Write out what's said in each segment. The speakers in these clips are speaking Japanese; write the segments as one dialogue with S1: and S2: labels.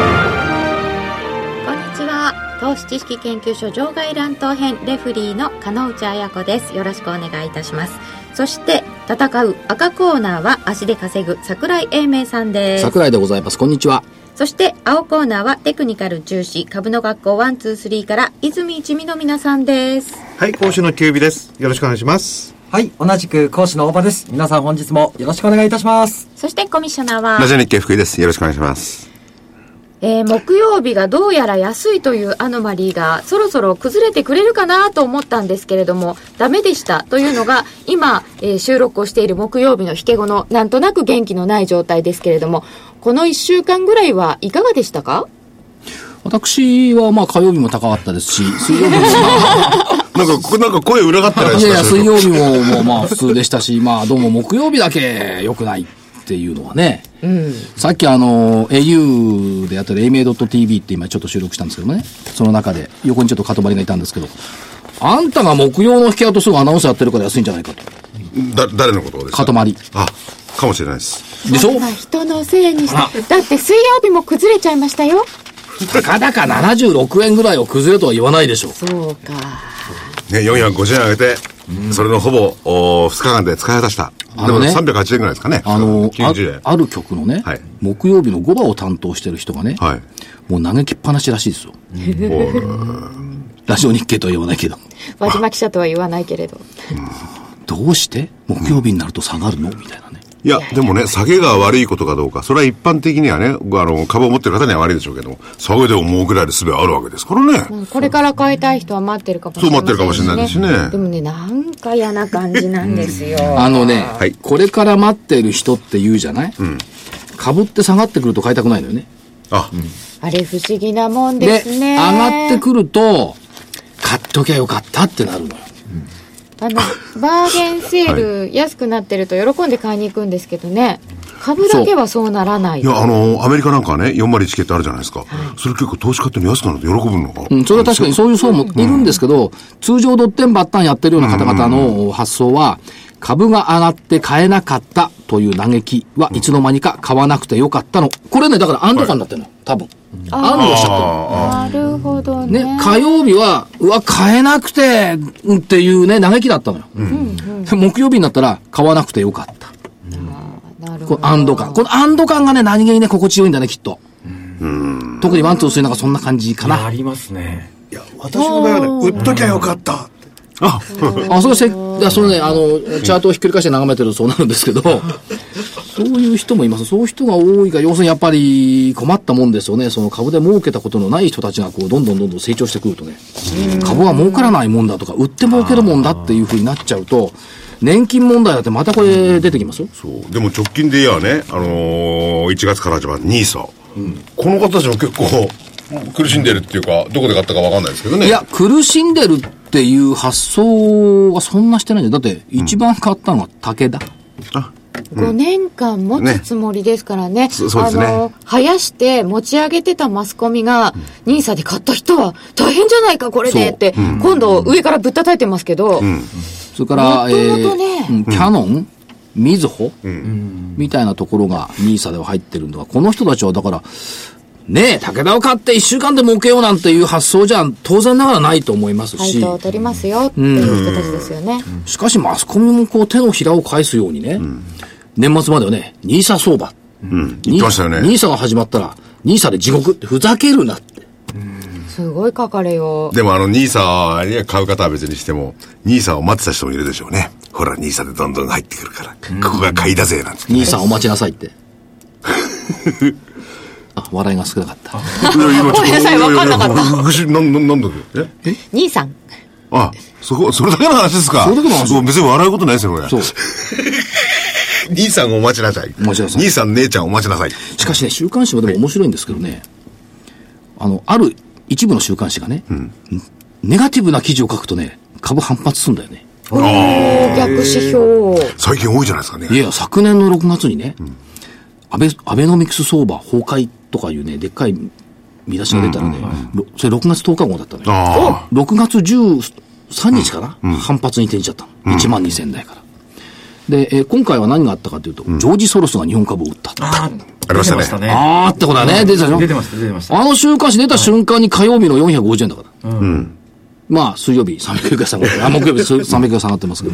S1: こんにちは投資知識研究所場外乱闘編レフリーの金内彩子ですよろしくお願いいたしますそして戦う赤コーナーは足で稼ぐ桜井英明さんです
S2: 桜井でございますこんにちは
S1: そして青コーナーはテクニカル重視株の学校123から泉一美の皆さんです
S3: はい、今週の休日です。よろしくお願いします。
S4: はい、同じく講師の大場です。皆さん本日もよろしくお願いいたします。
S1: そしてコミッショナーは
S5: ラジオ日経福井です。よろしくお願いします。
S1: えー木曜日がどうやら安いというアノマリーがそろそろ崩れてくれるかなと思ったんですけれどもダメでしたというのが今、えー収録をしている木曜日の引け後のなんとなく元気のない状態ですけれどもこの1週間ぐらいはいかがでしたか
S2: 私はまあ火曜日も高かったですし水曜日も
S5: なんか、こなんか声裏がってないで
S2: い
S5: す
S2: やい
S5: か
S2: や、
S5: それ
S2: 水曜日も、もうまあ普通でしたし、まあどうも木曜日だけ良くないっていうのはね。さっきあの、au でやってる ama.tv って今ちょっと収録したんですけどもね。その中で、横にちょっとかとばりがいたんですけど、あんたが木曜の引き跡すぐアナウンサーやってるから安いんじゃないかと。
S5: だ、誰のことですか
S2: かとまり。
S5: あ、かもしれないです。
S2: でしょ
S1: まあ人のせいにしてだって水曜日も崩れちゃいましたよ
S2: たかだか76円ぐらいを崩れとは言わないでしょう。
S1: そうか
S5: ね、450円上げて、それのほぼ、お2日間で使い果たした。
S2: あ
S5: で
S2: の
S5: も
S2: ね
S5: 308円ぐらいですかね。
S2: あの、あ
S5: 90円。
S2: ある曲のね、
S5: はい
S2: 木曜日の5番を担当してる人がね、
S5: はい
S2: もう嘆きっぱなしらしいですよ。
S5: おー
S2: ラジオ日経とは言わないけど。
S1: 和島記者とは言わないけれど
S2: どうして木曜日になると下がるのみたいなね。
S5: いや、でもね、下げが悪いことかどうか、それは一般的にはね、あの、株を持ってる方には悪いでしょうけども、下げでも儲けられる術あるわけですからね。
S1: うんこれから買いたい人は待ってるかもしれ
S5: そう
S1: ない、
S5: 待ってるかもしれないですね
S1: でもね、なんか嫌な感じなんですよ。
S2: あのね、
S5: はい
S2: これから待ってる人って言うじゃない、株って下がってくると買いたくないのよね。
S5: あ、
S1: あれ不思議なもんです
S2: 上
S1: ね。
S2: がってくると、買っときゃよかったってなるのよ。
S1: あの、バーゲンセール、安くなってると喜んで買いに行くんですけどね、株だけはそうならない。
S5: いや、あの、アメリカなんかはね、401系ってあるじゃないですか。それ結構投資家って安くなると喜ぶのか。
S2: うん、それは確かにそういう層もいるんですけど、通常ドッテンバッタンやってるような方々の発想は、株が上がって買えなかったという嘆きはいつの間にか買わなくてよかったの。これね、だから安堵感になってるの。多分。安堵しちゃってる。
S1: なるほどね。
S2: ね、火曜日は、うわ、買えなくて、うんっていうね、嘆きだったのよ。木曜日になったら、買わなくてよかった。
S1: なる
S2: こ
S1: ほ
S2: の安堵感。この安堵感がね、何気にね、心地よいんだね、きっと。特にワン、ツー、スリーなんかそんな感じかな。
S4: りますね。
S3: いや、私の場合はね、売っときゃよかった。
S2: あ、そうして、いやそのね、あの、チャートをひっくり返して眺めてるとそうなるんです けど、そういう人もいます。そういう人が多いが、要するにやっぱり困ったもんですよね。その株で儲けたことのない人たちが、こう、どんどんどんどん成長してくるとね、株は儲からないもんだとか、売って儲けるもんだっていうふうになっちゃうと、年金問題だってまたこれ出てきますよ。
S5: そうでも直近で言えばね、あのー、1月から始まるニーサ、この方たちも結構苦しんでるっていうかどこで買ったか分かんないですけどね
S2: いや、苦しんでるっていう発想はそんなしてないんだよ。だって、一番買ったのは武田。
S1: 5年間持つつもりですからね。
S5: そそうですね
S1: あの、生やして持ち上げてたマスコミが、ニーサで買った人は大変じゃないか、これでって、今度上からぶったたいてますけど、
S2: それから、
S1: もともとね
S2: うんキャノン、みずほ、みたいなところが NISA では入ってるんだが、この人たちはだから、ねえ、武田を買って1週間で儲けようなんていう発想じゃ当然ながらないと思います
S1: 配
S2: し、
S1: 当を取りますよっていう人たちですよね。
S2: しかしマスコミもこう手のひらを返すようにね、年末まではね、NISA 相場。
S5: 言ってましたよね
S2: NISA が始まったら、NISA で地獄ってふざけるなって。
S1: すごい書かれよう。
S5: でもあのニーサに買う方は別にしてもニーサを待ってた人もいるでしょうねほらニーサでどんどん入ってくるから、ここが買いだぜなんて
S2: NISA お待ちなさいっ て。あ、笑いが少なかった。
S5: ご
S1: ごめんなさい分かんなかった
S5: ったなんなんなんだっけえ
S1: 兄さん。
S5: あそこそれだけの話ですか
S2: それだけの話
S5: そう別に笑うことないですよこれ
S2: そう。
S5: 兄さんお待ちなさい
S2: お待ちなさい
S5: 兄さん姉ちゃんお待ちなさい
S2: しかしね、週刊誌はでも面白いんですけどね、あの、ある一部の週刊誌がね、ネガティブな記事を書くとね、株反発するんだよね。
S6: 逆指標。
S5: 最近多いじゃないですかね
S2: い。やいや、昨年の6月にね、アベアベノミクス相場崩壊とかいうね、でっかい見出しが出たので、ろそれ6月10日号だったのよ。
S5: あ
S2: 6月13日かな、反発に転じちゃったの。1万2000台から。で、えー今回は何があったかというと、ジョージ・ソロスが日本株を売った。
S7: あ
S8: ありましたね
S7: ね
S2: あーってことだね、出てたでしょ
S7: 出てました、出てました。
S2: あの週刊誌出た瞬間に火曜日の450円だから。まあ、水曜日300円が下がって、あ、木曜日300円 が下がってますけ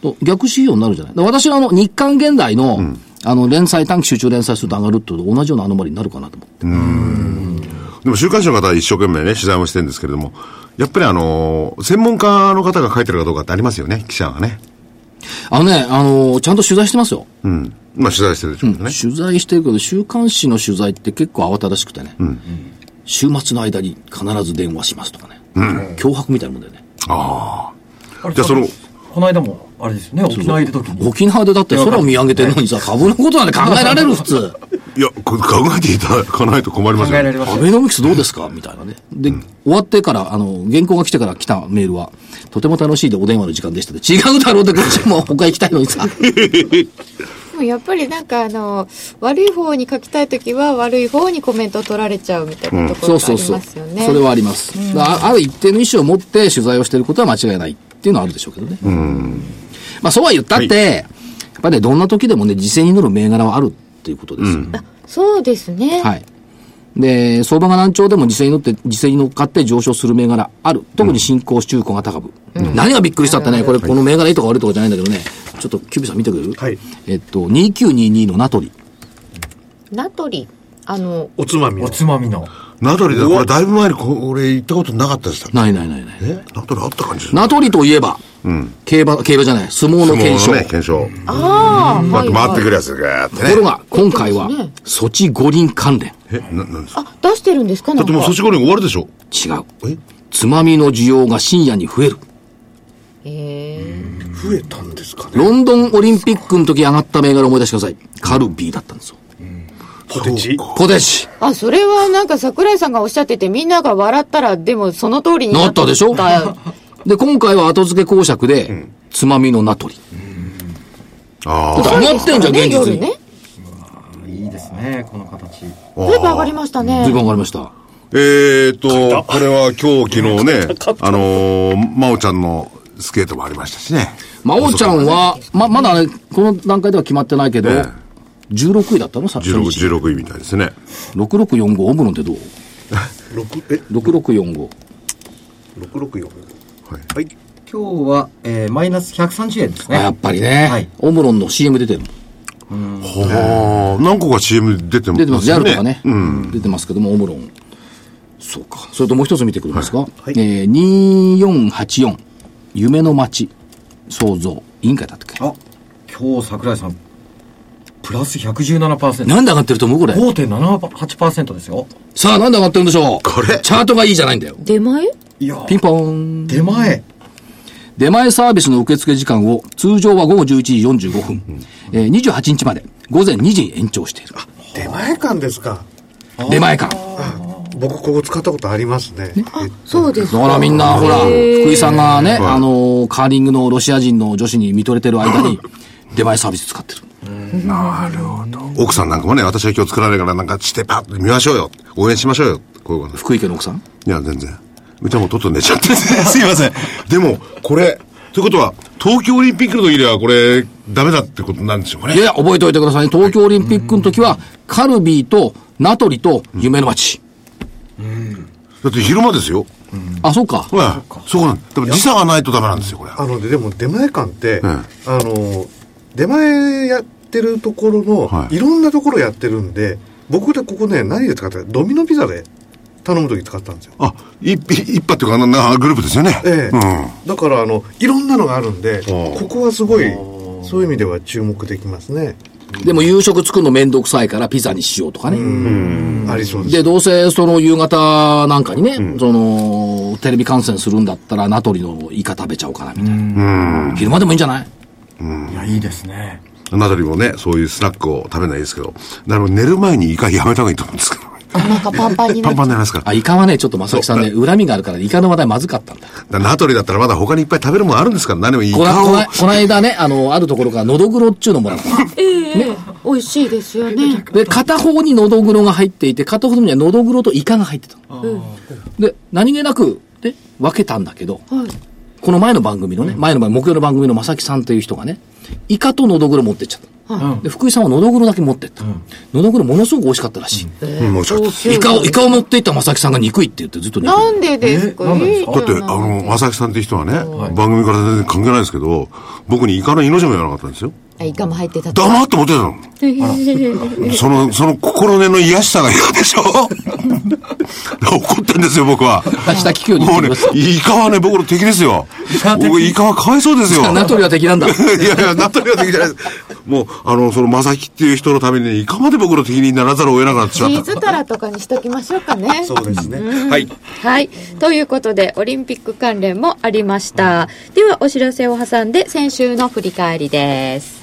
S2: ど。と逆指標になるじゃない。だから私はあの、日刊現代の、あの、連載、短期集中連載すると上がるってことと同じようなアノマリになるかなと思って。
S5: でも週刊誌の方は一生懸命ね、取材もしてるんですけれども、やっぱりあのー、専門家の方が書いてるかどうかってありますよね、記者がね。
S2: あのね、あのちゃんと取材してますよ。
S5: うん。まあ取材してるでしょうけどね。
S2: 取材してるけど、週刊誌の取材って結構慌ただしくてね。週末の間に必ず電話しますとかね。脅迫みたいなもんだよね。
S7: あれ
S5: じゃあその
S7: この間も、あれですよね、沖縄いる時に。
S2: 沖縄でだって空を見上げてるのにさ、株のことなんて考えられ る普通。
S5: いや、こ考えていただかないと困りま
S7: 考
S5: す
S7: え
S5: よ
S7: ら
S5: ね。
S7: れまし
S2: ア
S7: た
S2: ベノミクスどうですかみたいなね。で、終わってから、あの、原稿が来てから来たメールは、とても楽しいでお電話の時間でしたって、違うだろうって、こっちも他行きたいのにさ。
S1: でもやっぱりなんかあの悪い方に書きたいときは悪い方にコメントを取られちゃうみたいなとこ
S2: そ
S1: ろ
S2: う
S1: があ
S2: そう
S1: り
S2: そ
S1: ま
S2: う。
S1: すよね。
S2: それはあります。だからあある一定の意思を持って取材をしていることは間違いないっていうのはあるでしょうけどね。まあ、そうは言ったって、やっぱりね、どんな時でもね、時勢に乗る銘柄はあるっていうことですよね。
S1: そうですね。
S2: はい。で、相場が難聴でも時勢に乗って、時勢に乗っかって上昇する銘柄ある。特に新興中古型株。何がびっくりしたってね、これ、この銘柄いいとか悪いとかじゃないんだけどね、ちょっとキュービーさん見てくれる
S3: はい。
S2: えっと、2922のナトリ。
S1: ナトリ、あの、
S3: おつまみ
S7: お
S3: の。
S7: つまみの。
S5: ナトリだ、これだいぶ前にこ俺行ったことなかったでしたっけ
S2: ないないないない。
S5: えナトリあった感じ
S2: ナトリといえば、競馬、競馬じゃない、相撲の検証。
S5: 相撲のね、検証。
S1: ああ、はい
S5: 回って
S1: は
S5: く
S1: い。
S5: るやつがあって
S2: ところ
S5: ね。
S2: が、今回は
S1: そうですね、
S2: ソチ五輪関連。
S5: え、な、なんですか
S1: あ、出してるんですかな
S5: だ
S1: ん
S5: っ
S1: か
S5: てもう。そっち五輪終わるでしょ
S2: 違う
S5: え。
S2: つまみの需要が深夜に増える。
S1: ええ
S3: 増えたんですかね。
S2: ロンドンオリンピックの時上がった銘柄を思い出してください。カルビーだったんですよ。
S3: ポテチ。
S2: ポテチ。
S1: あ、それはなんか桜井さんがおっしゃってて、みんなが笑ったら、でもその通りに
S2: なったでしょ
S1: た
S2: で、今回は後付け公爵で、つまみの名取。だ
S5: あ
S2: って上がってんじゃん、現実
S1: 夜
S2: に。
S1: ね。
S7: いいですね、この形。
S5: あ。
S1: だいぶ上がりました
S2: 随分
S1: ね。
S2: 上がりました。
S5: えーと、これは今日、昨日 ね、あのー、真央ちゃんのスケートもありましたしね。
S2: 真央ちゃんは、ま、まだね、この段階では決まってないけど
S5: ええ、
S2: 16位だったのさ、
S5: 16、
S2: 初日
S5: 16位みたいですね。
S2: 6645、オブロンってどう
S3: 六え、
S2: ?6645。
S3: 六六四。
S5: はい
S3: はい。
S7: 今日は、えー、マイナス130円です
S2: あ
S7: ね。
S2: やっぱり
S7: はい
S2: ね、オムロンの CM 出てるもん
S5: はあ、何個か CM 出てます
S2: 出てます、
S5: よ
S2: JAL とかね。出てますけども、オムロン。そうか。それともう一つ見てくれますか。
S3: い
S2: えー2484、夢の街、創造、委員会だったっけ
S7: あ、今日桜井さん、プラス117%。
S2: なんで上がってると思うこれ。
S7: 5.78%ですよ。
S2: さあ、なんで上がってるんでしょう
S5: これ
S2: チャートがいいじゃないんだよ。
S1: 出前
S7: いやー
S2: ピンポーン。
S7: 出前。
S2: 出前サービスの受付時間を通常は午後11時45分、えー、28日まで午前2時に延長している。
S3: 出前館ですか。
S2: 出前館。
S3: 僕ここ使ったことありますね。え
S1: そうです
S2: だからみんな、ほら、福井さんがね、あのーカーリングのロシア人の女子に見とれてる間に、出前サービス使ってる。
S5: 奥さんなんかもね、私は今日作らないからなんかしてパッと見ましょうよ。応援しましょうよ。こういうこと。
S2: 福井家の奥さん
S5: いや、全然。うちはもうとっと寝ちゃって。 すいません。でも、これ、ということは、東京オリンピックの時ではこれ、ダメだってことなんでしょうか
S2: いやい
S5: ね。
S2: や、覚えておいてくださいね。東京オリンピックの時は、カルビーと、ナトリと、夢の街。
S5: だって昼間ですよ。
S2: あ、そうか。
S5: ほら、そうなんでも時差がないとダメなんですよ、これ。
S3: あのででも出前館って、
S5: ん
S3: あの出前やってるところの、
S5: はい
S3: い、ろんなところやってるんで僕でここね何で使ったかドミノピザで頼む時使ったんですよ、
S5: あ、一匹、一派っていうか、ななグループですよね。
S3: ええ
S5: うん。
S3: だからあのいろんなのがあるんで
S5: ー
S3: ここはすごいそういう意味では注目できますね
S2: でも夕食作るのめんどくさいから、ピザにしようとかね。
S3: ありそうです
S2: で、どうせ、その、夕方なんかにね、その、テレビ観戦するんだったら、ナトリのイカ食べちゃおうかな、みたいな。昼間でもいいんじゃない
S7: いや、いいですね。
S5: ナトリもね、そういうスナックを食べないですけど、だから寝る前にイカやめた方がいいと思うんですけど。
S1: なんかパンパンにな
S5: パ
S1: っちゃ
S5: ン
S1: う
S5: パンになりますから。
S2: あ、イカはね、ちょっと正木さんね、恨みがあるから、イカの話題まずかったんだ。
S5: だナトリだったらまだ他にいっぱい食べるものあるんですから、何でもいい。イカ
S2: こな、こ
S5: を
S2: な、こないだね、あの、あるところから、のどぐろっちゅうのもらった。
S1: 美味しいですよね。
S2: で、片方にのどぐろが入っていて、片方にはのどぐろとイカが入ってたの。で、何気なく、で、分けたんだけど、この前の番組のね、前の番、木曜の番組の正木さんという人がね、イカとのどぐろ持ってっちゃった。で、福井さんはのどぐろだけ持ってった。のどぐろものすごく美味しかったらしい。
S5: うん、もうちょっと。
S2: イカを、イカを持っていった正木さんが憎いって言ってずっと憎い。
S1: なんでですか
S7: えなんでです
S5: だって、あの、正木さんって人はね、番組から全然関係ないですけど、僕にイカの命も言わなかったんですよ。
S1: あイカも入ってたと。
S5: 黙って持ってたの。その、その心根の癒やしさが嫌でしょ 怒ってんですよ、僕は。
S2: 明日聞くように言
S5: も
S2: って
S5: うね
S2: きます、。
S5: イカはね、僕の敵ですよ
S7: カ。敵
S5: 僕、イカはかわいそうですよ。
S2: 名取は敵なんだ。
S5: いやいや、ナトリは敵じゃないです。もう、あの、その、正木っていう人のためにね、いかまで僕の敵にならざるを得なくなってし
S1: チ
S5: ま
S1: ー
S5: っ
S1: ズタラとかにしときましょうかね。
S3: そうですね。
S5: た。はい。
S1: はい。ということで、オリンピック関連もありました。では、お知らせを挟んで、先週の振り返りです。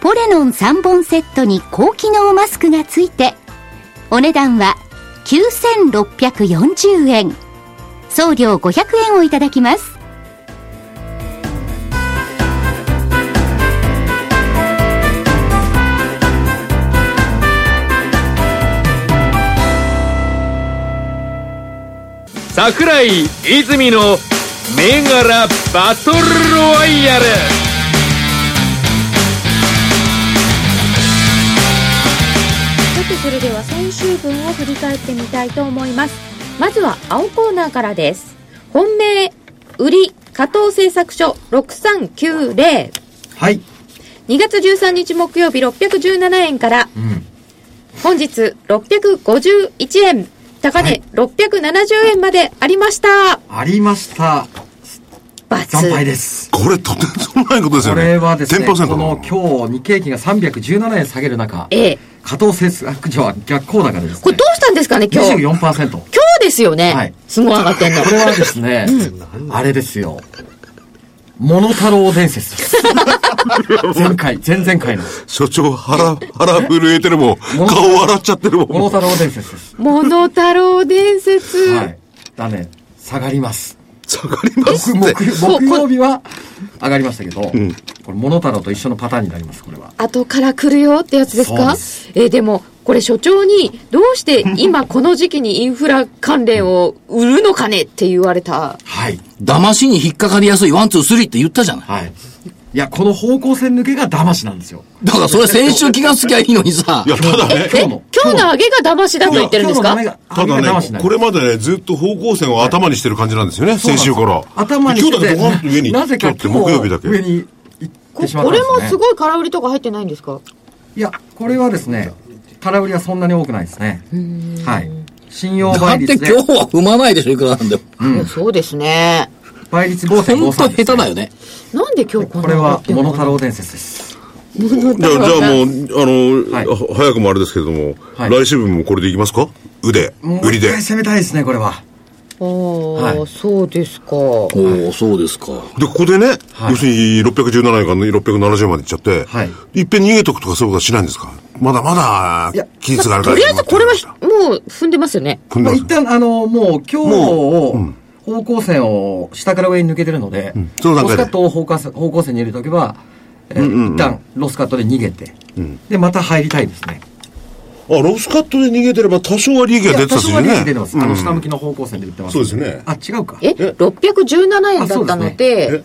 S9: ポレノン3本セットに高機能マスクがついてお値段は9640円送料500円をいただきます
S10: 桜井泉の銘柄バトルロワイヤル
S6: さてそれでは先週分を振り返ってみたいと思いますまずは青コーナーからです本命売り加藤製作所6390
S7: はい。
S6: 2月13日木曜日617円から、本日651円高値670円までありました
S7: ありました。
S6: バツ
S7: 惨敗です。
S5: これ、とてつもないことですよ
S7: こ
S5: ね。
S7: れはですね、こ
S5: 10%
S7: の
S5: の。
S7: 今日、日経平均が317円下げる中、
S6: ええ
S7: 加藤製作所は逆行高でですね。
S6: これどうしたんですかね今日今
S7: 24%。こ
S6: 日ですよね、
S7: はい
S6: すごい上がってんの
S7: れはですね、あれですよ。モノタロウ伝説 です。前回、前々回の。
S5: 所長、腹、腹震えてるもん。
S7: 物
S5: 顔笑っちゃってるもん。
S7: モノタロウ伝説です。
S1: モノタロウ伝説。
S7: はい。だね、下がります。
S5: 下がりますって。
S7: 木木曜日は上がりましたけど、これ、モノタロウと一緒のパターンになります、これは。
S6: 後から来るよってやつです
S7: そう
S6: か
S7: で
S6: えーでも、これ所長に、どうして今この時期にインフラ関連を売るのかねって言われた。
S7: はい。
S2: 騙しに引っかかりやすいワン、ツー、スリーって言ったじゃない。
S7: はい。いや、この方向線抜けが騙しなんですよ。
S2: だからそれ先週気がつきゃいいのにさ
S5: い。や、ただ
S6: え
S5: ね、、
S6: え
S7: 今日の
S6: 今日の上げが騙しだと言ってるんですか
S7: 今日の
S5: た
S7: ダメ
S5: だ
S7: が騙しな
S5: ね、
S7: んです
S5: これまでね、ずっと方向線を頭にしてる感じなんですよね、先週から。
S7: 頭に
S5: 今
S7: して
S5: 日だけドカンと上に。
S7: なぜか
S5: だって
S7: 今
S5: 木
S7: 日
S5: 曜日だけ。
S7: 上に行ってしまっ
S1: こ
S7: たんで
S1: れ
S7: す、ね。
S1: もすごい空売りとか入ってないんですか
S7: い。いや、これはですね、空売りはそんなに多くないですね。はい。信用
S2: だっ
S7: 倍
S2: て
S7: 率
S2: 今日
S7: で、
S2: は踏まないでしょ、いくらなんでも。
S1: いやそうですね。
S7: 倍率
S2: ほんと下
S7: 5.53
S2: 手
S7: です、
S2: だ
S7: ね。
S2: よね。
S1: なんで今日こんな
S7: これ
S1: の
S7: は
S1: っ、てん
S7: モ
S1: の
S7: ノタロウ伝説です。
S5: じゃあ、じゃあもう、あの、
S7: はい
S5: は早くもあれですけれども、
S7: はい
S5: 来週分もこれでいきますか腕、
S7: もう
S5: 売り
S7: 一
S5: で。
S7: 回攻めたいですね、これは。
S1: ああ、
S7: はい
S1: そうですか。
S2: おおそうですか。
S5: で、ここでね、
S7: はい
S5: 要するに617円から670円までいっちゃって、
S7: はい
S5: いっぺん逃げとくとかそういうことはしないんですかまだまだ
S7: いや、
S5: 期日があるか
S6: と
S5: ら。
S6: りあえずこれはひもう踏んでますよね。
S5: 踏んだ
S7: まあ、
S5: ん
S7: 一
S5: ですよ
S7: 旦、あの、もう今日
S5: も
S7: を、方向線を下から上に抜けてるので、
S5: その段
S7: ロ
S5: 階
S7: スカ
S5: で
S7: ットを方向線方向線に入れるときは、えー一旦ロスカットで逃げて、で、また入りたいですね。
S5: あ、ロスカットで逃げてれば多少は利益
S7: い
S5: が
S7: や
S5: 出てた
S7: 多
S5: っす
S7: 少
S5: よ
S7: は利
S5: ね。
S7: 益出てます。あの、下向きの方向線で売ってます。
S5: そうですね
S7: あ、違うか。
S1: え617円だったので
S5: ね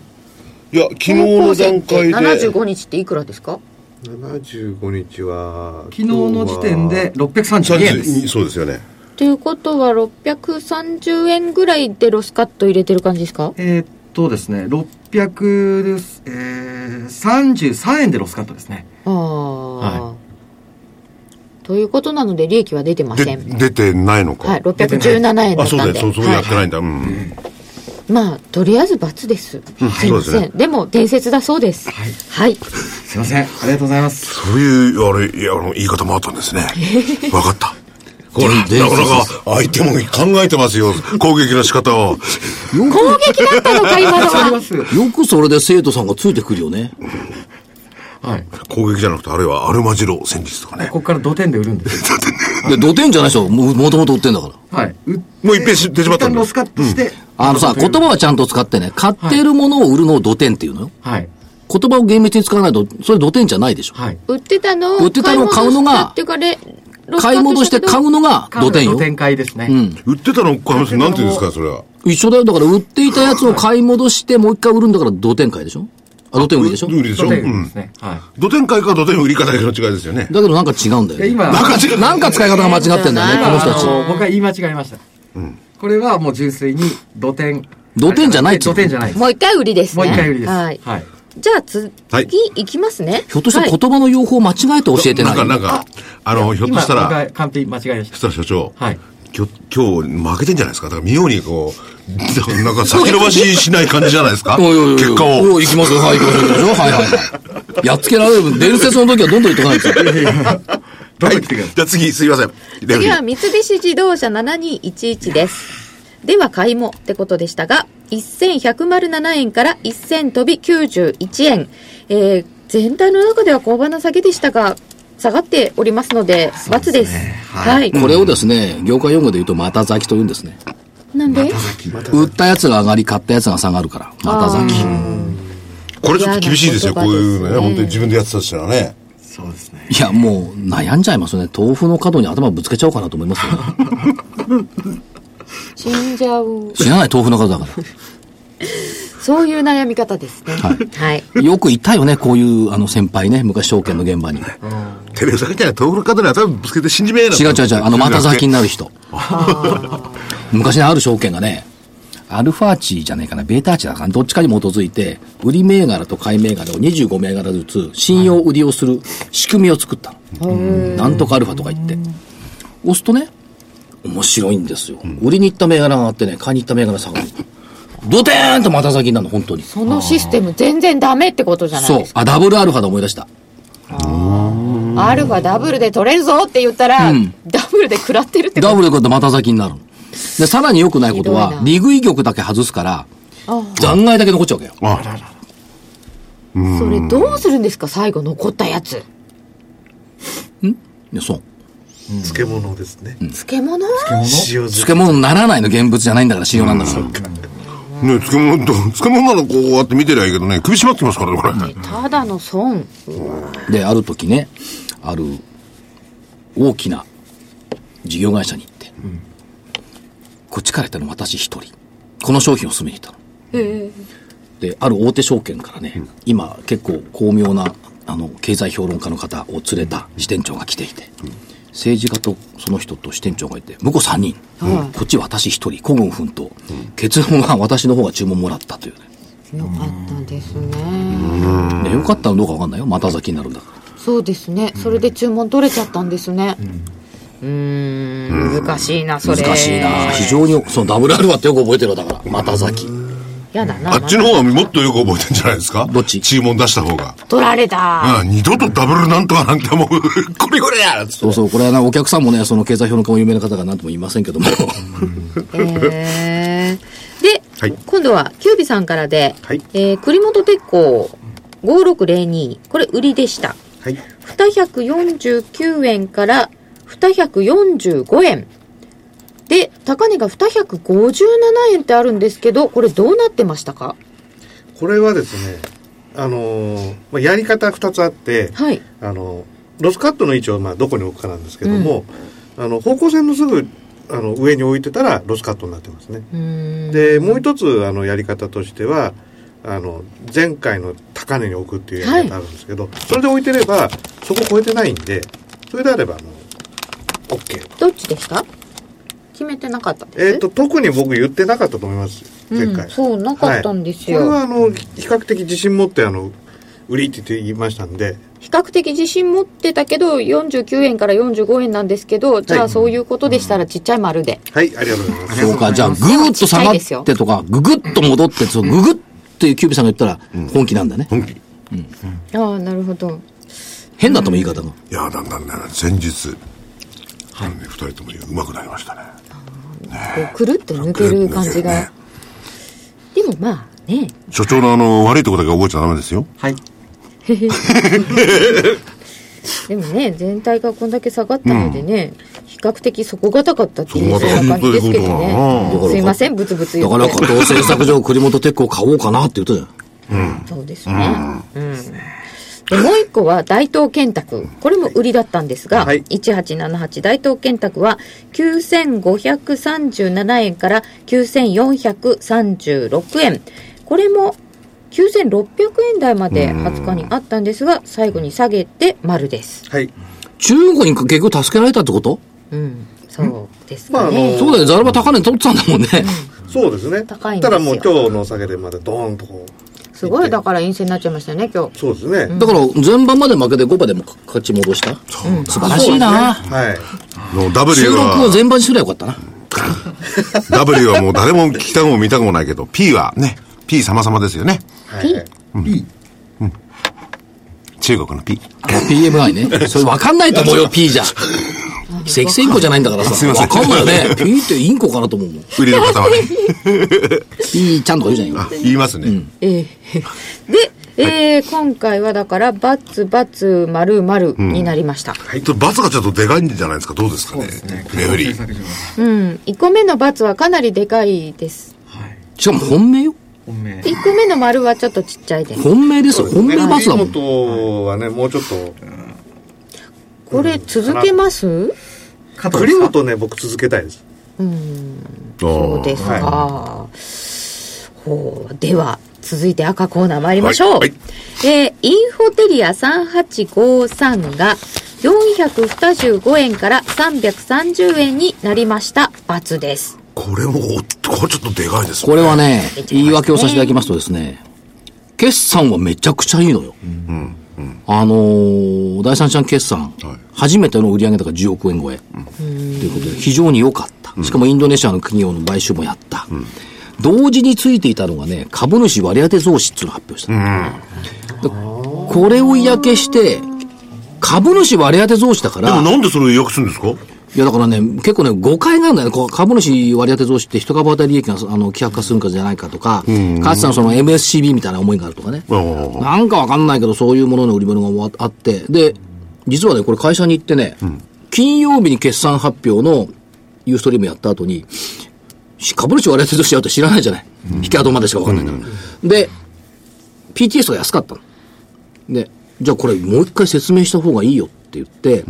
S5: いや、昨日
S1: 高校
S5: の
S1: 生っ
S5: 段
S1: て
S5: 階で。
S1: 75日っていくらですか
S3: 75日は
S7: 昨日の時点で632円です。
S5: そうですよね。
S1: ということは630円ぐらいでロスカット入れてる感じですか
S7: えーっとですね、600です、えー、33円でロスカットですね。
S1: ああ、ということなので利益は出てませ
S5: で、
S1: ん
S5: 出てないのか。
S1: はい617円だったんで
S5: あ、そうだよ。そう、そう
S1: はい
S5: やってないんだ。うん。
S1: まあとりあえず罰です、
S5: うん
S1: すいません
S5: そう
S1: で,、
S5: です
S1: も伝説だそうです
S7: はい
S1: はい
S7: すいません。ありがとうございます。
S5: そういう、あれ、いや、あの、言い方もあったんですね。わかった。これ、
S11: 伝説
S5: なかなか相手も考えてますよ。攻撃の仕方を。
S1: 攻撃だったのか今の
S7: あり
S1: は
S7: ます。は
S2: よくそれで生徒さんがついてくるよね。
S7: い。
S5: 攻撃じゃなくて、あれはアルマジロ戦術とかね。
S7: ここから土点で売るんですよ。
S2: で、土点じゃないでしょ。ももともと売ってんだから。
S7: はい。売って
S5: もう一遍し出てしまった
S7: 一
S5: ん
S7: 旦
S5: だ
S7: ロスカットして、
S2: あのさ、言葉はちゃんと使ってね、買ってるものを売るのを土点っていうのよ。
S7: はい。
S2: 言葉を厳密に使わないと、それ土点じゃないでしょ。
S7: はい。
S1: 売ってたのを
S2: 売ってたのを買うのが
S1: 買い戻したっていうかレロスカット
S2: 買い戻して買うのが土点よ
S7: 土。点会ですね。
S2: うん。
S5: 売ってたの、これ、なんていうんですか、それは。
S2: 一緒だよ。だから売っていたやつを買い戻して、もう一回売るんだから土点買いでしょ。あ、土点売りでしょ。
S5: 売りでしょ
S7: 土
S5: う
S7: 点で
S5: ん
S7: す。ね。はい。
S5: 土天会か土天売りかだけの違いですよね。
S2: だけどなんか違うんだよ
S7: で
S2: ね。
S7: 今、
S5: なんか違う。
S2: なんか使い方が間違ってんだよね、この人た
S7: あ
S2: ち。
S7: の僕は言い間違えました。これはもう純粋に土点。
S2: 土点じゃないっつうの
S7: 土点じゃないです。
S1: もう一回売りです
S7: も
S1: ね
S7: う一回売りです。
S1: はい
S7: はい。
S1: じゃあ次、
S5: はい
S1: いきますね
S2: ひょっとして
S1: はい
S2: 言葉の用法間違えて教えてない。
S5: んか、なんか、あの、ひょっとした
S7: 今僕
S5: ら、
S7: が完璧間違えまし
S5: そしたら所長、
S7: はい
S5: 今日、今日負けてんじゃないですか。だから妙にこう、 なんか先延ばししない感じじゃないですか。
S2: おいおいおい
S5: 結果を。
S2: おい行きますよ。はい、行きましょう。行きましょう。はいはいはい。やっつけられる。伝説の時はどんどん言っとかないと。
S7: た。
S5: は
S7: ど
S5: い。
S7: んどん来てくださ
S5: じゃあ次、すいません。レフ
S1: 次
S5: リ
S1: は
S5: ー。
S1: 三菱自動車7211です。では買いもってことでしたが、1107円から1000飛び91円。えー全体の中では小幅な下げでしたが、下がっておりますので、罰です。はい。
S2: これをですね、業界用語で言うと、また咲きと言うんですね。
S1: なんで
S2: 売ったやつが上がり、買ったやつが下がるから。また咲き。
S5: これちょっと厳しいですよ。
S1: いや
S5: こうい
S1: 言葉で
S5: うの
S1: す
S5: ね。
S1: ね
S5: 本当に自分でやってたっていうのはね。
S7: い。そうですね。
S2: いや、もう悩んじゃいますね。豆腐の角に頭ぶつけちゃおうかなと思いますよね。
S1: 死んじゃう。
S2: 知らない豆腐の角だか
S1: そういう悩み方ですね。はい。
S2: ら。よくいたよね、こういう、あの、先輩ね。昔、証券の現場に。違
S5: テレビじゃない、トークの方に頭ぶつけて死んじめえな。
S2: う違う違う、あの、また咲きになる 人。昔ね、ある証券がね、アルファ値じゃないかな、ベータ値だから、どっちかに基づいて、売り銘柄と買い銘柄を25銘柄ずつ、信用売りをする仕組みを作ったの。なんとかアルファとか言って。押すとね、面白いんですよ。売りに行った銘柄が上がってね、買いに行った銘柄が下がる。ドテーンとまた先になるの、本当に。
S1: このシステム全然ダメってことじゃない
S2: そう
S1: です。か。
S2: あ、ダブルアルファで思い出した。
S1: アルファダブルで取れるぞって言ったら、ダブルで食らってるってこ
S2: ダブルでこうやってまた先になるの。で、さらに良くないこと
S1: ひどい
S2: は、
S1: な
S2: 利食い玉だけ外すから、残骸だけ残っちゃうわけよ。
S1: と。それどうするんですか最後残ったやつ。
S2: いやそう。
S3: 漬物ですね、
S1: 漬物
S3: 塩漬
S2: 漬物にならないの現物じゃないんだから、信用なんだから。
S5: ね、漬物と、漬物ならこうやって見てりゃいいけどね、首絞まってきますからね、これ。
S1: ただの損。
S2: で、ある時ね、ある大きな事業会社に行って、こっちから行ったの私一人。この商品を勧めに行ったの。で、ある大手証券からね、今結構巧妙な、あの、経済評論家の方を連れた支店長が来ていて、政治家とその人と支店長がいて、向こう3人、こっち私一人、孤軍奮闘。結論は私の方が注文もらったというね。
S1: よかったですね。
S2: ねよかったのどうかわかんないよ。また先になるんだから。
S1: そうですね。それで注文取れちゃったんですね。うーん、難しいな、それ。
S2: 難しいな非常にそのダブルアルファってよく覚えてるわだからまた先
S1: やだな。
S5: あっちの方はもっとよく覚えてんじゃないですか
S2: どっち
S5: 注文出した方が。
S1: 取られた。
S5: ああ二度とダブルなんとかなんてもう、これこれや
S2: そうそうこれはなお客さんもねその経済評論家も有名な方が何とも言いませんけども
S1: えーで、
S5: はい
S1: 今度はキュービさんからで、
S3: はい
S1: えー栗本鉄工5602、これ売りでした。
S3: はい
S1: 249円から245円。で、高値が257円ってあるんですけど、これどうなってましたか
S3: これはですね、あのーまあ、やり方2つあって、
S1: はい。
S3: あのロスカットの位置をまあどこに置くかなんですけども、あの方向線のすぐあの上に置いてたらロスカットになってますね。でもう一つあのやり方としてはあの前回の高値に置くっていうやり方あるんですけど、それで置いてればそこ超えてないんでそれであればもう OK。
S1: どっちでした決めてなかったです
S3: えっ、と特に僕言ってなかったと思います前回。
S1: うん、そう、なかったんですよ。
S3: はいこれはあの比較的自信持ってあの売りって言って言いましたんで
S1: 比較的自信持ってたけど、49円から45円なんですけど、じゃあそういうことでしたらちっちゃい丸で。
S3: はいありがとうございます。
S2: そうか、じゃあ、ぐぐっと下がっ
S1: ちっちゃいですよ
S2: てとか、ぐぐっと戻って、そう、ぐぐってキュービさんが言ったら、本気なんだね。
S5: 本気い
S1: ああ、なるほど。
S2: 変だとも言い方が。
S5: やだんだんだん前日あのね二人ともうまくなりましたね
S1: こうくるっと抜ける感じが。
S5: ね
S1: でもまあね、
S5: 所長のあの悪いとこだけ覚えちゃダメですよ
S7: はい。
S1: でもね、全体がこんだけ下がったのでね、比較的底堅かったっていう、そ
S5: 底堅かった
S1: んな感じですけど
S5: ということ
S2: だな
S1: ね。すいません、ブツブツ
S2: だか
S1: 言っ
S2: ら、
S1: て。
S2: 加藤製作所、栗本鉄鋼買おうかなって言ったじゃん。
S1: そうですね。うん。で、もう一個は大東建託。これも売りだったんですが、
S3: はい
S1: 1878大東建託は9537円から9436円。これも9600円台まで20日にあったんですが、最後に下げて丸です。
S3: はい。
S2: 中国に結局助けられたってこと
S1: うん。そうです
S3: ま
S1: か
S3: ああ
S1: ね。
S3: の
S2: そうだよね、ザラバ高値取ってたんだもんね。
S3: そうですね。
S1: 高いんです
S3: た
S1: よ
S3: だもう今日の下げでまだドーンとこう。
S1: すごい、だから陰性になっちゃいましたね、今日。
S3: そうですね。
S2: だから、前番まで負けて5番でも勝ち戻した。素晴らしいな。
S3: はい。
S5: の W
S2: 収録を
S5: は
S2: 全番にすればよかったな。
S5: W はもう誰も聞きたくも見たくもないけど P はね P 様々ですよね
S3: はい。
S5: 中国の P
S2: PMI ね。それ分かんないと思うよ、P じゃ。積線インコじゃないんだからさ。
S5: すいません
S2: 分かんないよね。P ってインコかなと思うもん。
S5: 売りの方はね
S2: P ちゃんとか言うじゃん、今。
S5: あ言いますね、
S1: ええで、えー今回はだから、バツバツ丸丸になりました。
S5: はい、と罰がちょっとでかいんじゃないですかどうですかねレフェリー
S1: うん、1個目の×はかなりでかいです。
S7: はい。
S2: しかも本命よ。
S7: 本命。
S1: 1個目の丸はちょっとちっちゃいです。
S2: 本命ですよ。本命バスだもん。
S3: 本はね、もうちょっと。
S1: これ続けます
S7: 加藤
S3: 栗本ね、僕続けたいです。
S1: そうですか。ほう、では、続いて赤コーナー参りましょう。
S5: はいはい
S1: えーインフォテリア3853が425円から330円になりました。×です。
S5: これもおこれちょっとでかいですね
S2: これはね、言い訳をさせていただきますとですね、決算はめちゃくちゃいいのよ。あのー第三者決算、初めての売上高10億円超え。ということで、非常に良かった。しかもインドネシアの企業の買収もやった。同時についていたのがね、株主割当増資っていうのを発表した。でこれを嫌気して、株主割当増資だから、
S5: でもなんでそれを予約するんですか
S2: いやだからね、結構ね、誤解があるんだよね。こう株主割当増資って一株当たり利益があの希薄化するんかじゃないかとか、かつてのその MSCB みたいな思いがあるとかね。
S5: あ
S2: な
S5: あ
S2: んかわかんないけど、そういうものの売り物があって、で、実はね、これ会社に行ってね、金曜日に決算発表のユーストリームやった後に、し株主割当増資やるって知らないじゃない。引き跡までしかわかんないんだから。で、PTS が安かったの。で、じゃあこれもう一回説明した方がいいよって言って、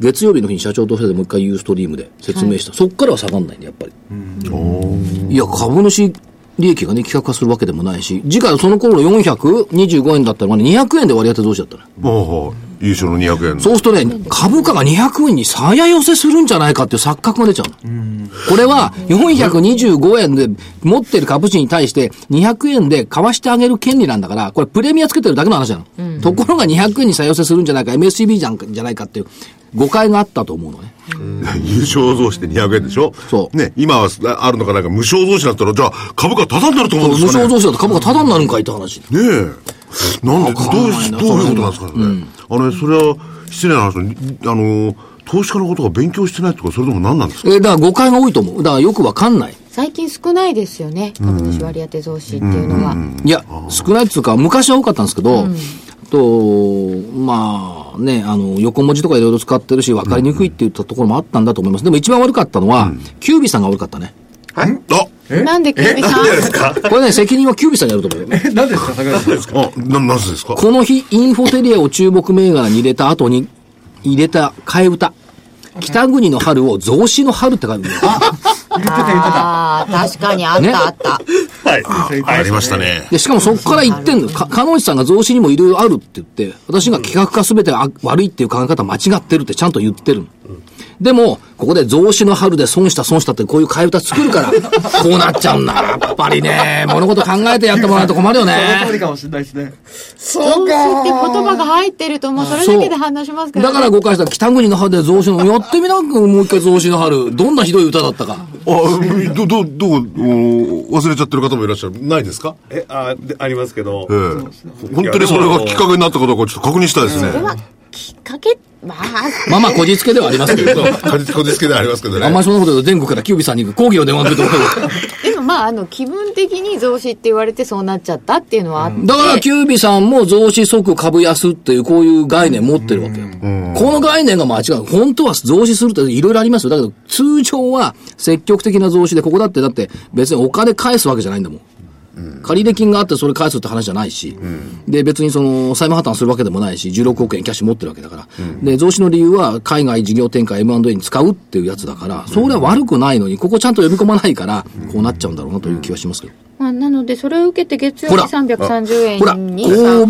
S2: 月曜日の日に社長としてでもう一回ユーストリームで説明した。そっからは下がんないんだ、やっぱり。いや、株主利益がね、企画化するわけでもないし、次回その頃425円だったのがね、200円で割り当て同士だったの。
S5: もう優勝の200円の
S2: そうするとね、株価が200円に鞘寄せするんじゃないかっていう錯覚が出ちゃうの。これは425円で持ってる株主に対して200円で買わしてあげる権利なんだから、これプレミアつけてるだけの話なの。ところが200円に鞘寄せするんじゃないか、MSCB じゃんじゃないかっていう誤解があったと思うのね。
S5: 優勝増資で200円でしょ
S2: そう
S5: ね、今はあるのかなんか無償増資だったら、じゃあ株価タダになると思うん
S2: 無
S5: ですか
S2: 償
S5: ね
S2: 増資だと株価タダになるんかいって話。
S5: ねえ。なんで、
S2: わか
S5: ど
S2: ん
S5: う
S2: ない
S5: し、
S2: な
S5: どういうことなんですかね。あれ、それは、失礼な話だにあの、投資家のことが勉強してないとか、それとも何なんですか
S2: えーだから誤解が多いと思う。だからよくわかんない。
S1: 最近少ないですよね。株主割当増資っていうのは。
S2: いや、少ないっていうか、昔は多かったんですけど、とと、まあね、あの、横文字とかいろいろ使ってるし、分かりにくいって言ったところもあったんだと思います。でも一番悪かったのは、キュービさんが悪かったね。
S8: あ
S1: なんでキュウビさん
S2: これね、責任はキュービさんにあると思うよ。
S7: え、何ですか、桜井さん。
S8: あ、な、なぜですか
S2: この日、インフォテリアを注目銘柄に入れた後に、入れた替え歌。北国の春を増子の春って書いてある。
S7: 言ってた言ってた。
S1: ああ、確かにあった
S2: ね
S1: あった。
S8: あありましたね。
S2: で、しかもそこから言ってんの。か、かのうちさんが増子にもいろいろあるって言って、私が企画化すべてあ悪いっていう考え方間違ってるってちゃんと言ってるの。でも、ここで増子の春で損した損したってこういう替え歌作る から、こうなっちゃうんだ。やっぱりね、物事考えてやってもらわないと困るよ
S7: その通り
S2: ね。
S7: かもしれないですね。
S1: そうか。って言葉が入ってると、もうそれだけで反応しますから、
S2: だから誤解した北国の春で増子の、やってみな、もう一回増子の春。どんなひどい歌だったか。
S8: あ、ど、ど、どこ、お忘れちゃってる方もいらっしゃる。ないですか
S3: えあでありますけど
S8: ええ。本当にそれがきっかけになったことをちょっと確認したいですね。
S1: きっかけ、まあ、
S2: まあまあ、こじつけではありますけ ど。
S8: カリティコですけでありますけどね。
S2: あんまりそんなこと言うと全国からキュービさんに抗議を電話すると思う。
S1: でもまあ、あの、気分的に増資って言われてそうなっちゃったっていうのはあって、
S2: だから、キュービさんも増資即株安っていう、こういう概念持ってるわけよ。この概念が間違う。本当は増資するっていろいろありますよ。だけど、通常は積極的な増資で、ここだって、だって別にお金返すわけじゃないんだもん。借入金があってそれ返すって話じゃないし、で、別にその、債務破綻するわけでもないし、16億円キャッシュ持ってるわけだから、で、増資の理由は海外事業展開 M&A に使うっていうやつだから、それは悪くないのに、ここちゃんと呼び込まないから、こうなっちゃうんだろうなという気はしますけど。
S1: まあ、なので、それを受けて月曜日
S2: ほら
S1: 330
S2: ほら、
S1: 円
S2: 神
S1: に。
S2: 戸港フ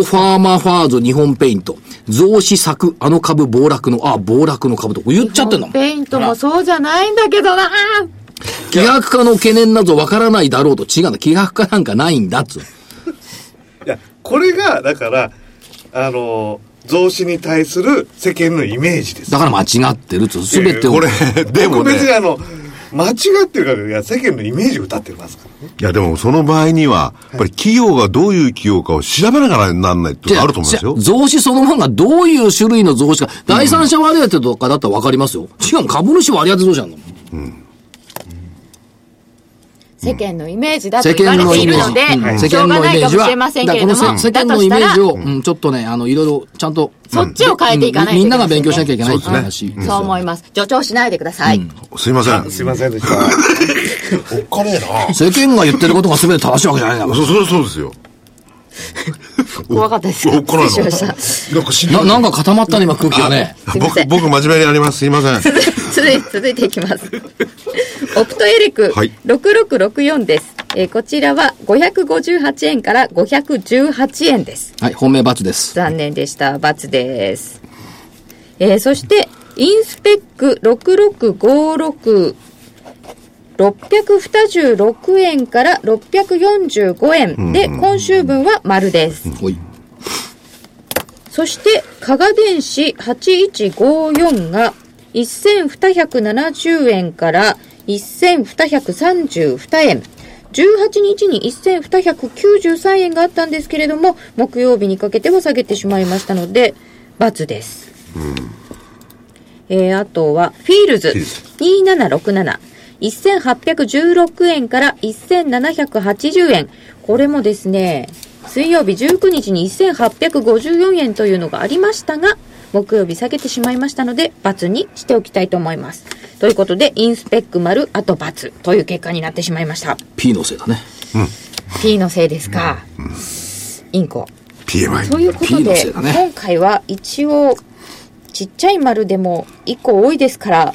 S2: ァーマーファーズ日本ペイント、増資策、あの株暴落の、あ、暴落の株と言っちゃってんだもん。
S1: ペイントもそうじゃないんだけどな
S2: 企画家の懸念などわからないだろうと違うんだ。企画家なんかないんだっつう。
S3: いやこれがだからあの増資に対する世間のイメージです
S2: だから間違ってるっつう。すべてを。
S8: これ、でも
S3: 僕別に
S8: ね。
S3: あの間違ってるからいや世間のイメージを歌ってますからね
S5: いや、でもその場合には、やっぱり企業がどういう企業かを調べながらなんないってことあると思うんですよ。
S2: 増資そのものがどういう種類の増資か、第三者割当とかだったらわかりますよ。しかも株主割当増資なんだもん。
S1: 世間のイメージだと
S2: 世
S1: 言わ
S2: 間
S1: れ
S2: の
S1: て
S2: イ
S1: い
S2: メ
S1: るので、
S2: ージ。うん
S1: しょうがないかもしれませんけれども、
S2: だからこの世世間
S1: だ
S2: の
S1: と
S2: イ
S1: し
S2: メ
S1: た
S2: ー
S1: ら
S2: ジ、を、うんちょっとね、あの、いろいろちゃんと。
S1: そっちを変えていかないといけないですね
S2: みみんなが勉強しなきゃいけないっていう話。
S1: そう思います。助長しないでください。
S8: すいません。
S3: すいませんでした
S8: おっかねえな。
S2: 世間が言ってることが全て正しいわけじゃないんだもん。
S8: そ、そりゃそうですよ。
S1: 怖かったです。
S8: おっかない
S1: 失礼しまし
S8: な。な
S1: た。
S8: んか死んだ
S2: な、なんか固まったね、今空気がね。
S1: すいませ
S8: 僕、
S1: ん
S8: 僕真面目にやります。すいません。
S1: 続い続いていきます。オプトエレク、
S8: はい
S1: 6664です。えーこちらは558円から518円です。
S2: はい、本命バツです。
S1: 残念でした。×です。えーそして、インスペック6656、626円から645円で、今週分は丸です。
S2: おい。
S1: そして、加賀電子8154が1270円から1232円。18日に1293円があったんですけれども、木曜日にかけては下げてしまいましたので、×です。えーあとは、フィールズ2767。1816円から1780円。これもですね、水曜日19日に1854円というのがありましたが、木曜日下げてしまいましたので、×にしておきたいと思います。ということで、インスペック丸、あと×という結果になってしまいました。
S2: P のせいだね。
S1: P のせいですか。インコ。と
S8: PMI。
S1: いうこと
S2: P の
S1: で
S2: せい、だね
S1: 今回は一応、ちっちゃい丸でも1個多いですから、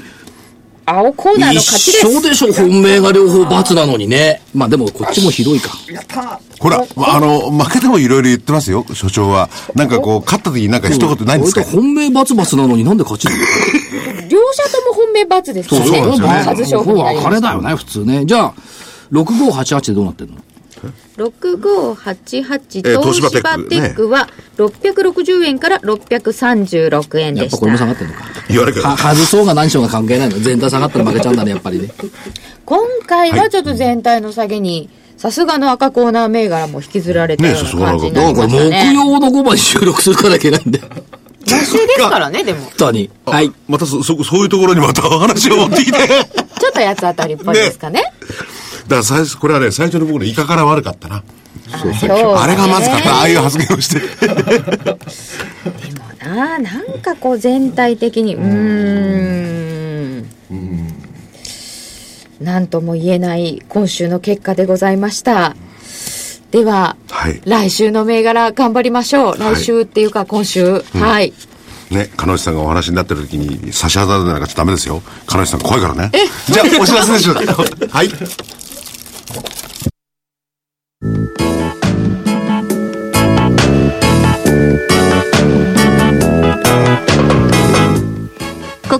S1: 青コーナーの
S2: 一
S1: 勝ちです。
S2: 緒でしょ、本命が両方バツなのにね。まあでも、こっちもひどいか。
S5: ほら、まあの、負けてもいろいろ言ってますよ、所長は。なんかこう、勝った時になんか一言ないんですか
S2: 俺と本命バツバツなのになんで勝ちなの
S1: 両者とも本命×ですからね。
S2: そうそうなん
S1: 数
S2: ですよ
S1: 勝
S2: ね。これは
S1: 負になります
S2: あれだよね、普通ね。じゃあ、6588でどうなってんの
S1: 6588
S8: えー
S1: 東芝
S8: 東
S1: テ
S8: 芝テ
S1: ッ
S8: ック
S1: クは660円から636円
S2: やっ
S1: で
S2: ぱ
S1: し
S2: これも下が
S1: た
S2: ってんのか。
S8: 言われるけど
S2: は、。外そうが何しようが関係ないの。全体下がったら負けちゃうんだね、やっぱりね。
S1: 今回はちょっと全体の下げにさすがの赤コーナー銘柄も引きずられたような
S8: ねえさすがの赤
S1: 感じ
S8: コーナ
S2: だ
S1: にな
S2: から、木
S1: りましたね
S2: 曜の5番に収録するからいけないんだよ。
S1: 来週ですからねでも
S2: 本当に。はい。
S8: またそ、そこ、そういうところにまた話を持ってきて。
S1: ちょっと八つ当たりっぽいですかね
S8: だから最初、これはね、最初の僕のイカから悪かったな。
S1: そうそう
S5: あれがまずかった、ああいう発言をして。
S1: でもなあなんかこう全体的にうーんなんとも言えない今週の結果でございましたでは、
S5: はい
S1: 来週の銘柄頑張りましょう
S5: はい
S1: 来週っていうか今週はい、
S5: ね、彼女さんがお話になってる時に差し当たるなんかちょっとダメですよ。彼女さん怖いからね。じゃあ、お知らせでしょう。はい。
S9: こ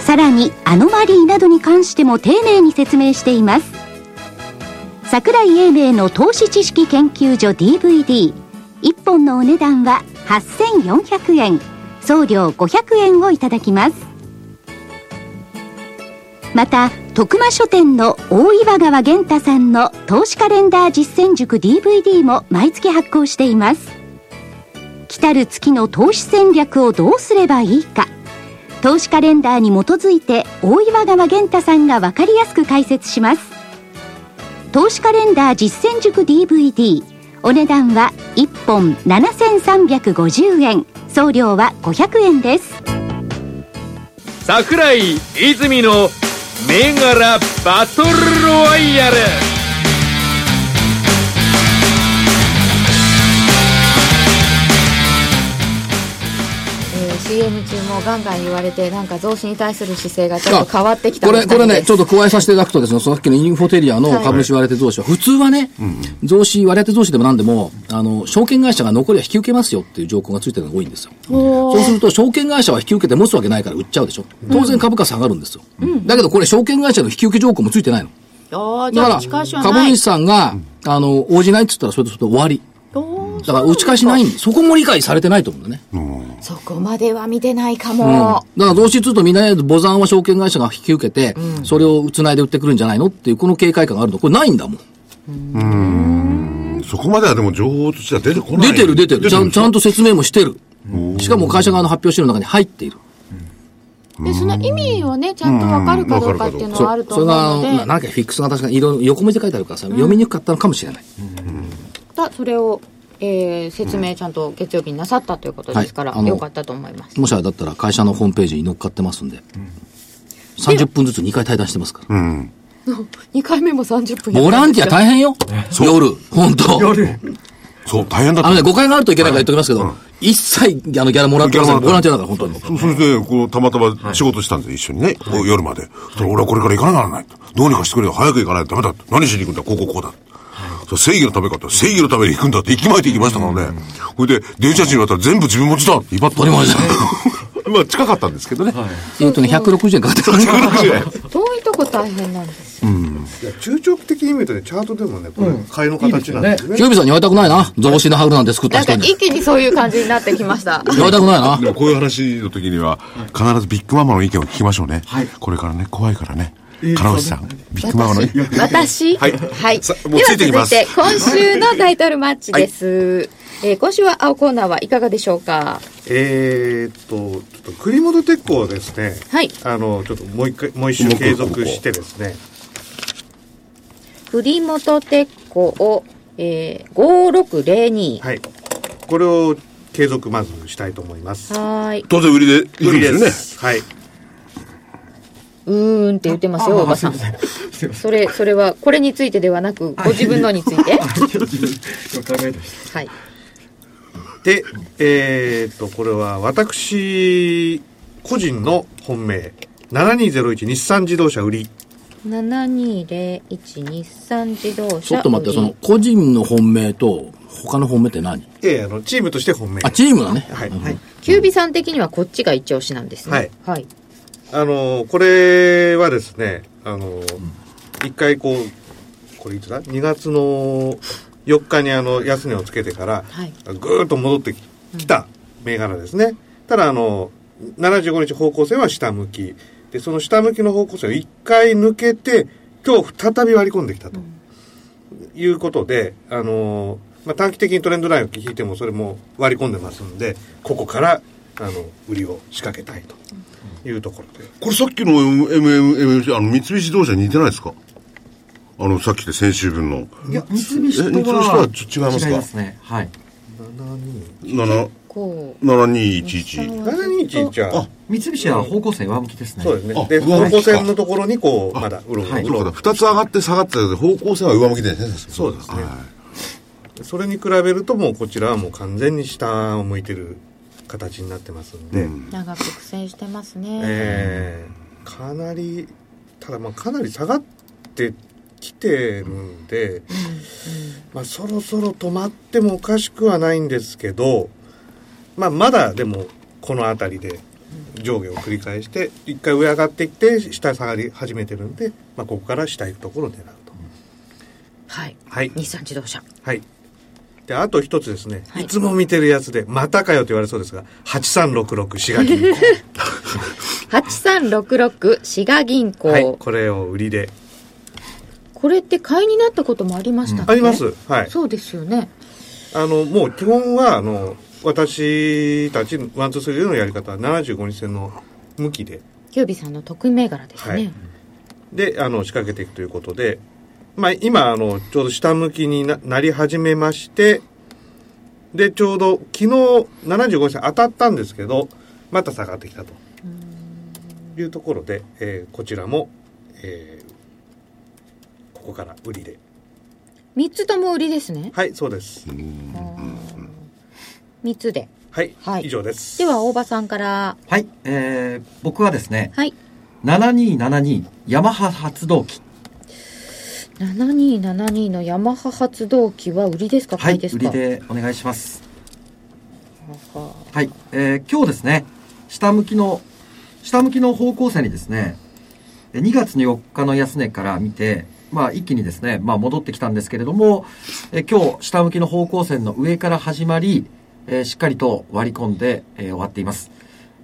S9: さらにアノマリーなどに関しても丁寧に説明しています桜井英明の投資知識研究所 DVD1 本のお値段は8400円送料500円をいただきますまた徳間書店の大岩川源太さんの投資カレンダー実践塾 DVD も毎月発行しています来たる月の投資戦略をどうすればいいか投資カレンダーに基づいて大岩川源太さんが分かりやすく解説します投資カレンダー実践塾 DVD お値段は1本7350円送料は500円です
S10: 桜井泉の銘柄バトルロワイヤル
S6: えー CM 中もガンガン言われてなんか増資に対する姿勢がちょっと変わってきた
S2: こ
S6: みた
S2: れ、
S6: い
S2: これね、
S6: です
S2: ちょっと加えさせていただくとですね、そのさっきのインフォテリアの株主割当増資は、普通はね、増資、割当増資でも何でも、あの、証券会社が残りは引き受けますよっていう条項がついてるのが多いんですよ。そうすると、証券会社は引き受けて持つわけないから売っちゃうでしょ。当然株価下がるんですよ。だけどこれ、証券会社の引き受け条項もついてないの。
S12: ああ、じ
S2: だ
S12: ゃあ、
S2: か
S12: 打ち
S2: ら
S12: 返し、は
S2: 株
S12: ない
S2: 主。さんが、あの、応じないって言ったら、それとそれと終わり。
S12: おー
S2: だから、打ち返しないんで、そこも理解されてないと思うんだね。
S6: そこまでは見てないかも、
S2: だから、増資するとみんなね、母山は証券会社が引き受けて、それをつないで売ってくるんじゃないのっていう、この警戒感があるの。これないんだもん。
S5: そこまではでも情報としては出てこない。
S2: 出てる出てる。ちゃんちゃんと
S5: と。
S2: 説明もしてる。しかも会社側の発表資料の中に入っている。
S12: で、その意味をね、ちゃんとわかるかどうかっていうのはあると
S2: そ
S12: 思
S2: れ
S12: う
S2: が、
S12: ので
S2: な、なんかフィックスが確かに色々横文字で書いてあるからさ、読みにくかったのかもしれない。
S12: だそれを、えー説明ちゃんと月曜日になさったということですから、
S2: はいあの
S12: よかったと思います。
S2: もしあれだったら会社のホームページに乗っかってますんで。30分ずつ2回対談してますから。
S5: うん。
S6: 2回目も30分やったんですよ
S2: ボランティア大変よ。夜、本当。
S5: そう、大変だっ
S2: あのね、
S5: た。
S2: 誤解があるといけないから言っときますけど、一切、あの、ギャラもらってません。
S5: ギ
S2: ボ
S5: ャ
S2: ラン
S5: ラもらっ
S2: ティ
S5: て
S2: アだから、本当に。
S5: そそれで、こう、たまたま仕事したんですよ、一緒にね。お夜まで。そしたら俺はこれから行かなきゃならないと。どうにかしてくれよ。早く行かないとダメだって。何しに行くんだこうこうこうだって。そう正義のためかと。正義のために行くんだって、行きまいて行きましたからね。それで、電車賃に渡ったら全部自分持ちだって威張って。
S2: 当たり前じゃ
S5: まあ、近かったんですけどね。
S2: えっとね、160円かかって る。
S6: 遠いとこ大変なんです
S3: いや中長期的に見るとねチャートでもねこれ買いの形なんですね,、
S2: キュービーさんに言われたくないな。増資の春なんて作った
S6: なんか
S2: 人に。
S6: 一気にそういう感じになってきました
S2: 言われたくないな
S5: で。もこういう話の時には、必ずビッグママの意見を聞きましょうね。これからね、怖いからね。金内さん、ビッグママの意見。
S6: 私はい、
S5: さ
S6: で
S5: もう
S6: は
S5: つい
S6: 続
S5: て
S6: い
S5: きます
S6: て今週のタイトルマッチです、えー今週は青コーナーはいかがでしょうか
S3: えーっとちょっと栗本鉄工をですね、
S6: はい
S3: あのちょっともう一回もう一周継続してですね
S6: 栗本鉄工を、えー、5602
S3: はいこれを継続まずしたいと思います
S6: はーい
S5: 当然売りで、
S3: 無理
S5: 売り
S3: で
S5: です
S3: すはいう
S6: ーんって言ってますよおばさんそれそれはこれについてではなくご自分のについてはい
S3: でえーっとこれは私個人の本命7201日産自動車売り
S6: 7201日産自動車
S2: ちょっと待って、その、個人の本命と、他の本命って何
S3: いやいやあのチームとして本命
S2: あ、チームだね。
S3: はい、
S2: うん
S3: はい
S6: キュービさん的にはこっちが一押しなんですね
S3: はい、
S6: はい、
S3: あのこれはですね、あの一回こう、これいつだ ?2 月の4日にあの、安値をつけてから、
S6: はい
S3: ぐーっと戻ってきた銘柄ですね。ただ、あの、75日方向性は下向き。で、その下向きの方向性を一回抜けて、今日再び割り込んできたと。いうことで、あのーまあ、短期的にトレンドラインを引いてもそれも割り込んでますんで、ここから、あの、売りを仕掛けたいというところで。
S8: これさっきの MMMC、あの、三菱自動車に似てないですかあの、さっきで先週分の。
S7: いや、三菱とは
S8: え三菱とはちょっと違いますか
S7: 違いますね。はい。
S8: 7
S1: こう
S8: 7211。
S3: 7211は
S8: あ、
S7: 三菱は方向性上向きですね。
S3: そうですね
S8: あ。
S3: で、
S8: 上向
S3: 方
S8: き
S3: 向線のところにこう、まだうろうろ
S7: はいう
S8: そう
S3: ろう
S8: だ、
S3: ろ。
S8: 2つ上がって下がってたけど、方向性は上向きですね。
S3: そうですね
S8: はい
S3: それに比べるともうこちらはもう完全に下を向いてる形になってますんで、
S12: 長く苦戦してますね。
S3: えーかなり、ただまあかなり下がってきてるんで、まあそろそろ止まってもおかしくはないんですけど、まあまだでもこの辺りで上下を繰り返して、一回上上がってきて下下がり始めてるんで、まあここから下行くところを狙うと。
S1: はい
S3: はい。
S1: 日産自動車
S3: はい。で、あと一つですね、
S1: はい
S3: い、つも見てるやつで、またかよと言われそうですが、8366滋賀銀行。
S1: 8366滋賀銀行、
S3: はい。これを売りで。
S12: これって買いになったこともありましたっけ
S3: あります。はい。
S12: そうですよね。
S3: あの、もう基本は、あの、私たち、ワン、ツー、スリーのやり方は75日線の向きで、
S12: キュービさんの得意銘柄ですね。
S3: はいで、あの、仕掛けていくということで、まあ、今、あの、ちょうど下向きにななり始めまして、で、ちょうど、昨日、75日当たったんですけど、また下がってきたと。いうところで、えーこちらも、えーここから売りで。
S12: 三つとも売りですね。
S3: はい、そうです。
S12: 三つで。
S3: はい、
S12: はい
S3: 以上です。
S12: では、大場さんから。
S7: はい。えー、僕はですね、
S12: はい。
S7: 7272ヤマハ発動機。
S12: 7272のヤマハ発動機は売りですか
S7: は
S12: 買い
S7: い。
S12: です
S7: 売
S12: か、
S7: りでお願いします。
S12: は
S7: はい。えー、今日ですね、下向きの、下向きの方向性にですね、え2月の4日の安値から見て、まあ一気にですね、まあ戻ってきたんですけれども、え今日下向きの方向線の上から始まり、えーしっかりと割り込んで、えー終わっています。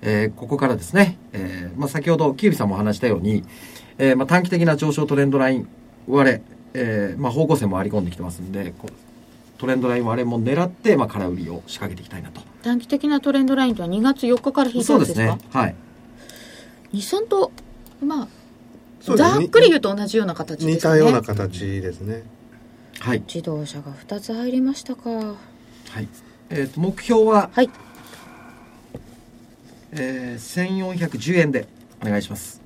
S7: えーここからですね、えーまあ先ほどキュービさんもお話したように、えーまあ短期的な上昇トレンドライン割れ、えーまあ方向線も割り込んできてますんで、こうトレンドライン割れも狙って、まあ空売りを仕掛けていきたいなと。
S12: い短期的なトレンドラインとは2月4日から引いた
S7: そ
S12: ん
S7: う
S12: で
S7: ですす
S12: か
S7: ね。はい。
S12: 日産と、まあ、
S3: そうです
S12: ざっくり言うと同じような形ですね。
S3: 似たような形ですね。
S7: はい。
S12: 自動車が2つ入りましたか。
S7: はい。えっ、と、目標は、
S12: はい。
S7: えー、1410円でお願いします。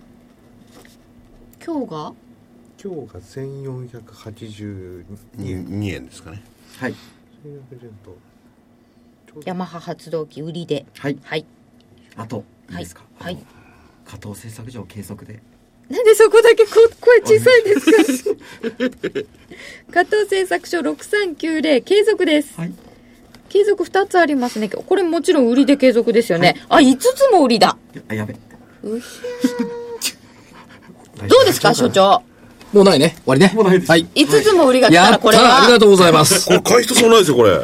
S12: 今日が
S3: 今日が1482円。
S8: 2円ですかね。
S7: はい。
S3: 1400円と
S1: ヤマハ発動機売りで
S7: はい。
S1: はい
S7: あと、いい
S1: はい
S7: ですか。
S1: はい
S7: あの。加藤製作所計測で。
S1: なんでそこだけこ声小さいんですか加藤製作所6390継続です
S7: はい。
S1: 継続2つありますねこれもちろん売りで継続ですよね、あ5つも売り だ
S7: やあ、やべ。
S1: どうですか所長
S2: もうないね。終わりね。
S7: もうないです
S2: はい。
S1: 5つも売りが来た
S2: や
S1: ら
S2: った
S1: これ
S2: あり
S1: は
S2: がとうございます。
S8: これ買い人そうないですよ、これ。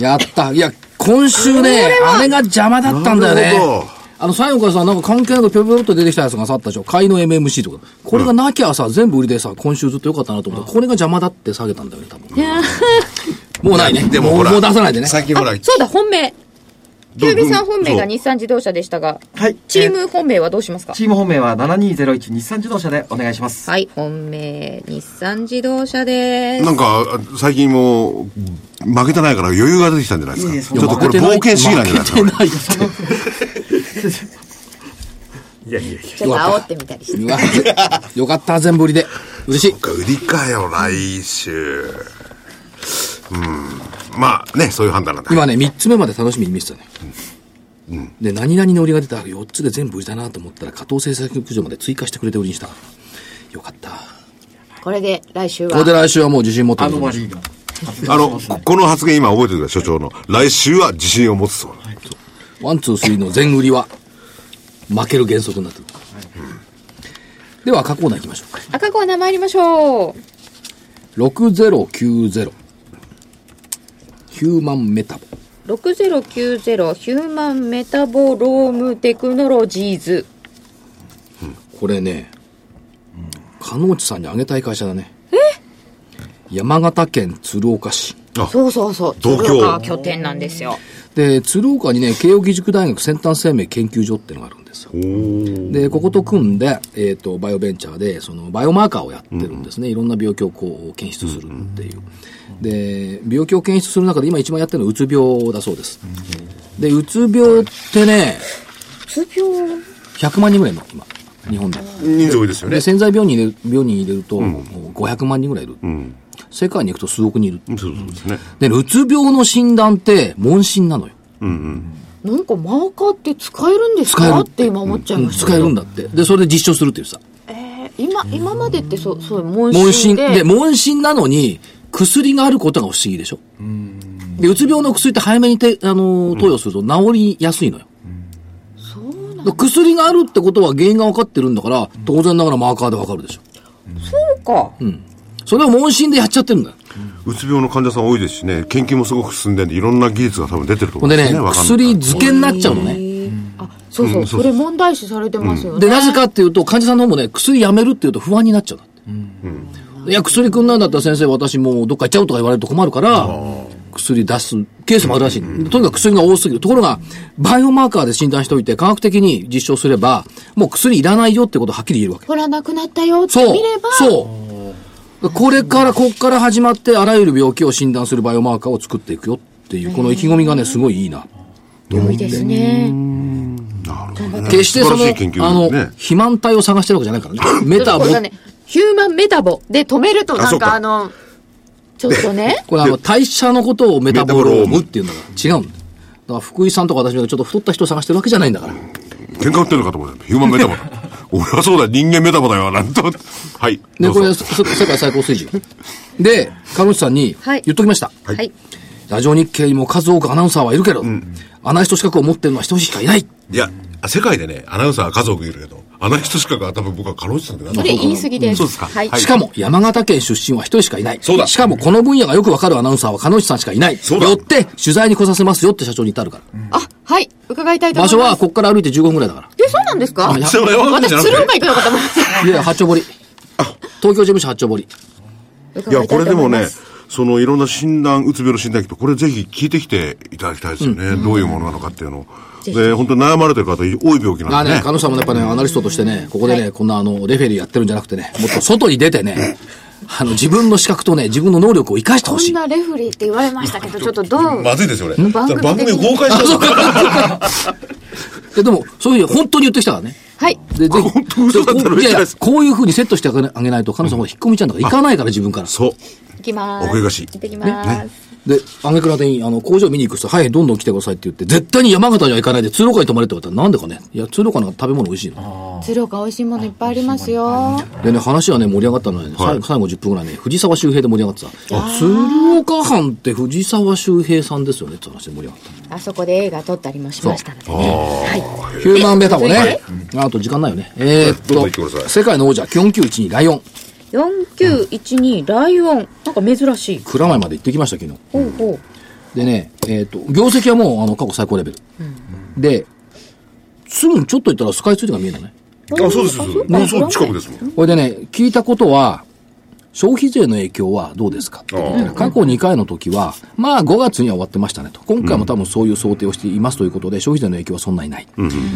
S2: やった。いや、今週ね、あれが邪魔だったんだよ
S8: なるほ
S2: ね
S8: ど。
S2: あの、最後からさ、なんか関係なくぴょぴょっと出てきたやつがさあったでしょ。買いの MMC とか。これがなきゃさ、全部売りでさ、今週ずっと良かったなと思って、これが邪魔だって下げたんだよね、多分。もうないね。
S8: でもほら。
S2: もう出さないでね。
S8: 最近ほら、
S1: そうだ本命キ
S8: ど
S1: ュ
S8: う
S1: ービさん本命が
S8: そう
S1: 日産自動車でしたが
S7: はい。
S1: チー
S7: え
S1: ム本命はどうしますか
S7: ーチーム方面は7201日産自動車でお願いします。
S1: はい本命日産自動車です
S8: なんか、あ最近もう、負けてないから余裕が出てきたんじゃないですか。ちょっとこれ冒険しすぎなんじゃないですか。
S2: 負けてないって。
S3: いやいやいや。
S1: ちょっと煽ってみたりして
S2: うわよかった、全部売りで。嬉しい。
S8: 売りかよ、来週。うん。まあね、そういう判断なんだ。
S2: 今ね、3つ目まで楽しみに見てたね。で、何々の売りが出たから4つで全部売りだなと思ったら、加藤製作局場まで追加してくれて売りにしたから。よかった。
S12: これで来週
S2: これ
S12: は
S2: で来週はもう自信持って
S7: ア
S2: る
S7: ノマリーが。
S8: あの、ここの発言今覚えてるから、所長の。来週は自信を持つそうな。
S2: ワン、ツー、スリーの全売りは、負ける原則になってる。では、赤コーナー行きましょうか。
S1: 赤コーナー参りましょう
S2: 6090。ヒューマンメタボ。
S9: 6090ヒューマンメタボロームテクノロジーズ。
S2: これね、加納地さんにあげたい会社だね。山形県鶴岡市。
S9: そうそうそう。
S5: 東京
S9: 鶴岡が拠点なんですよ。
S2: で、鶴岡にね、慶應義塾大学先端生命研究所っていうのがあるんですよ。で、ここと組んで、えっ、と、バイオベンチャーで、その、バイオマーカーをやってるんですね。いろんな病気をこう、検出するっていう。で、病気を検出する中で今一番やってるのはうつ病だそうです。で、うつ病ってね、
S9: 通病
S2: 100万人ぐらいいるの、今。日本で。
S5: 人数多いですよね
S2: で、。潜在病人入れる、病人入れると、500万人ぐらいいる。世界に行くと数億人いる。
S5: そうそうですね。
S2: で、うつ病の診断って、問診なのよ。
S1: なんかマーカーって使えるんです
S2: 使える
S1: か
S2: っ
S1: ってて今思っちゃいました
S2: 使えるんだって。で、それで実証するっていうさ。
S1: えー今今までってそうそう問
S2: 問診、
S1: 診で
S2: で、問診なのに、薬があることが不思議でしょ。で、うつ病の薬って早めにて、あのー投与すると治りやすいのよ。だから薬があるってことは原因が分かってるんだから、当然ながらマーカーで分かるでしょ。
S9: か。
S2: それを問診でやっちゃってるんだよ。
S5: うつ病の患者さん多いですしね、研究もすごく進んでんで、いろんな技術が多分出てると
S2: ほ
S5: 思
S2: ん
S5: うん
S2: で
S5: です
S2: ね
S5: よね。わ、かんない
S2: 薬漬けになっちゃうのね。
S1: あそうそう、それ問題視されてますよね、
S2: で、なぜかっていうと、患者さんの方もね、薬やめるっていうと不安になっちゃうんだって。いや、薬くんなんだったら先生、私もうどっか行っちゃうとか言われると困るから、薬出すケースもあるらしい。とにかく薬が多すぎる。ところが、バイオマーカーで診断しておいて、科学的に実証すれば、もう薬いらないよってことをはっきり言えるわけ。
S1: ほらなくなったよって
S2: そう
S1: 見れば。
S2: そう。これから、こっから始まって、あらゆる病気を診断するバイオマーカーを作っていくよっていう、この意気込みがね、すごいいいな。
S9: 良いですね。
S2: 決してそ
S5: 素晴らしい研究
S2: の、あの、
S5: ね
S2: 肥満体を探してるわけじゃないからね。メタボ。
S1: そうだね。ヒューマンメタボで止めると、
S5: あ
S1: な
S5: そ
S1: ん
S5: うか
S1: かあの、ちょっとね
S2: これあの、代謝のことをメタボロームっていうんだから、違うんだよ。だから福井さんとか私みたいにちょっと太った人を探してるわけじゃないんだから。
S5: 喧嘩売ってるのかと思ったよヒューマンメタボだ。 俺はそうだ、人間メタボだよ、なんと。はい。
S2: ね、こ
S5: ど
S2: れ、
S5: う
S2: そそ
S5: ぞ
S2: 世界最高水準。で、彼女さんに
S9: はい
S2: 言っときました。
S9: はい。
S2: ラジオ日経にも数多くアナウンサーはいるけれど、アナリスト資格を持ってるのは一人しかいない。
S5: いや、世界でね、アナウンサーは数多くいるけど、あの人しかが多分僕は過労死なんだよな
S1: それ言い過ぎです。
S5: そうですか。
S1: はい。
S2: しかも、山形県出身は一人しかいない。
S5: そうだ
S2: しかも、この分野がよくわかるアナウンサーは彼女さんしかいない。
S5: そうだ
S2: よって、取材に来させますよって社長に言ってあるから。
S1: あ、はい。伺いたいと
S2: 場
S1: 思い
S2: 所
S1: ます。
S2: は、こっから歩いて15分くらいだから。
S1: え、そうなんですか
S2: あいや
S5: それは分かんない
S1: 私、
S5: じゃなくて
S1: 鶴岡行くのかと思っ
S2: いや、八丁堀。東京事務所八丁堀。
S5: いや、これでもね、そのいろんな診断、うつ病の診断聞くと、これぜひ聞いてきていただきたいですよね。どういうものなのかっていうのを。で、本当に悩まれてる方、多い病気
S2: ま
S5: な
S2: あ
S5: んで
S2: ね
S5: ね、。
S2: 彼女さんもやっぱね、アナリストとしてね、ここでね、こんなあの、レフェリーやってるんじゃなくてね、もっと外に出てね、あの、自分の資格とね、自分の能力を生かしてほ
S1: た。こ
S2: し
S1: ん
S2: い。
S1: なレフリーって言われましたけど、ちょっとどう
S5: まずいですよ、俺。
S1: 番組的に
S5: 番組崩壊しちゃ う
S2: ででも、そういうふうに本当に言ってきたからね。
S1: はい。
S2: で、ぜひ。
S5: 本当嘘だった
S2: でこ
S5: ら
S2: ういやい
S5: 嬉しい
S2: や
S5: です、
S2: こういうふうにセットしてあげないと、彼女さんも引っ込みちゃうんだから、行かないから自分から。
S5: そう。
S1: 行きま
S5: 奥ゆかしい
S1: 行ってきます。
S2: で、あげくらでに、あの、工場見に行く人、はい、どんどん来てくださいって言って、絶対に山形には行かないで、通路会に泊まれって言われたら、なんでかね。いや、通路会の食べ物美味しいの。
S1: 鶴岡美味しいものいっぱいありますよ。
S2: でね、話はね、盛り上がったのはね、最後最後10分ぐらいね、藤沢周平で盛り上がってた。鶴岡藩って藤沢周平さんですよねって話で盛り上がった。
S9: あそこで映画撮ったりもしましたのでね。はい。
S2: ヒューマンベタもね。あと時間ないよね。えーっと
S5: どうぞ行ってくださ、
S2: 世
S5: い
S2: 界の王者、4912ライオン。
S9: 4912ライオン。なんか珍しい。
S2: 蔵前まで行ってきました、昨日。
S9: ほうほう。
S2: でね、えーっと、業績はもう、あの、過去最高レベル。で、すぐにちょっと行ったらスカイツリーが見えるのね。
S5: あ、そうです、そうです。もうそう、近くですもん。
S2: これでね、聞いたことは、消費税の影響はどうですかって聞いたら過去2回の時は、まあ5月には終わってましたねと。今回も多分そういう想定をしていますということで、消費税の影響はそんなにない。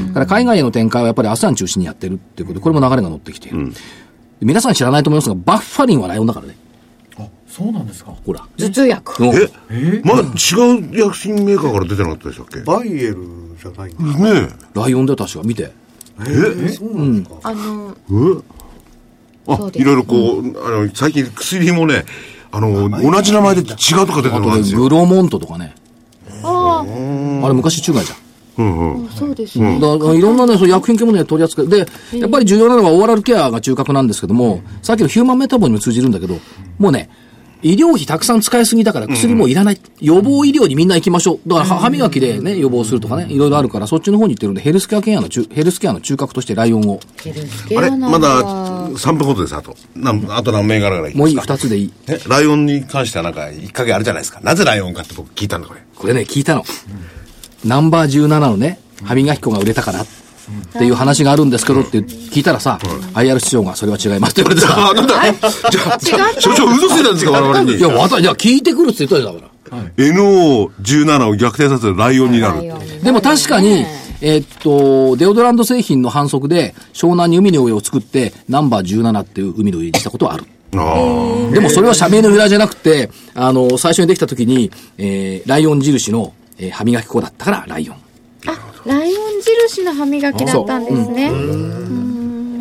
S2: だから海外への展開はやっぱりアスアン中心にやってるっていうことで、これも流れが乗ってきている。皆さん知らないと思いますが、バッファリンはライオンだからね。
S13: あそうなんですか
S2: ほら。
S9: 頭痛薬。
S2: うん
S5: えまだ違う薬品メーカーから出てなかったでしたっけ
S3: バイエルじゃないんだ。
S5: ね
S2: ライオンだよ、確か。見て。
S3: えそうなんですか。
S1: あの、
S5: え。あ、いろいろこう、あの、最近薬もね、あの、同じ名前で違うとか出て
S2: あ
S5: る
S2: と
S5: んで
S2: ね、
S5: すよ。
S2: グロモントとかね。
S1: あ
S2: あれ昔中外じゃん。
S1: あ、そうですね。
S2: だからいろんなね、そう薬品系もね、取り扱い。で、やっぱり重要なのはオーラルケアが中核なんですけども、さっきのヒューマンメタボにも通じるんだけど、もうね、医療費たくさん使いすぎだから薬もいらない。予防医療にみんな行きましょう。だから歯歯磨きでね、予防するとかね、いろいろあるから、そっちの方に行ってるんで、ヘルスケアケアの中、ヘルスケアの中核としてライオンを。
S5: あれまだ3分ほどです、あと。なんあと何銘柄ぐらいいき
S2: も
S5: ま
S2: う
S5: す
S2: いい
S5: か
S2: 二つでいい。
S5: えライオンに関してはなんか、一かげあるじゃないですか。なぜライオンかって僕聞いたんだ、これ。
S2: これね、聞いたの。ナンバー17のね、歯磨き粉が売れたから。っていう話があるんですけどって聞いたらさ、IR 市長がそれは違いますって言われてさ、
S5: あ、なんだじゃあ、じゃあ所長嘘ついたんですか、我々に
S2: い。や、私、じゃあ聞いてくるって言ったじゃんだか
S5: NO17 を逆転させるライオンになる。
S2: ら。でも確かに、えーっと、デオドランド製品の反則で、湘南に海の上を作って、ナンバー17っていう海の上にしたことはある。
S5: あ
S2: でもそれは社名の由来じゃなくて、あの、最初にできた時に、えーライオン印の、えー歯磨き粉だったから、ライオン。
S1: ライオン印の歯磨きだったんですね。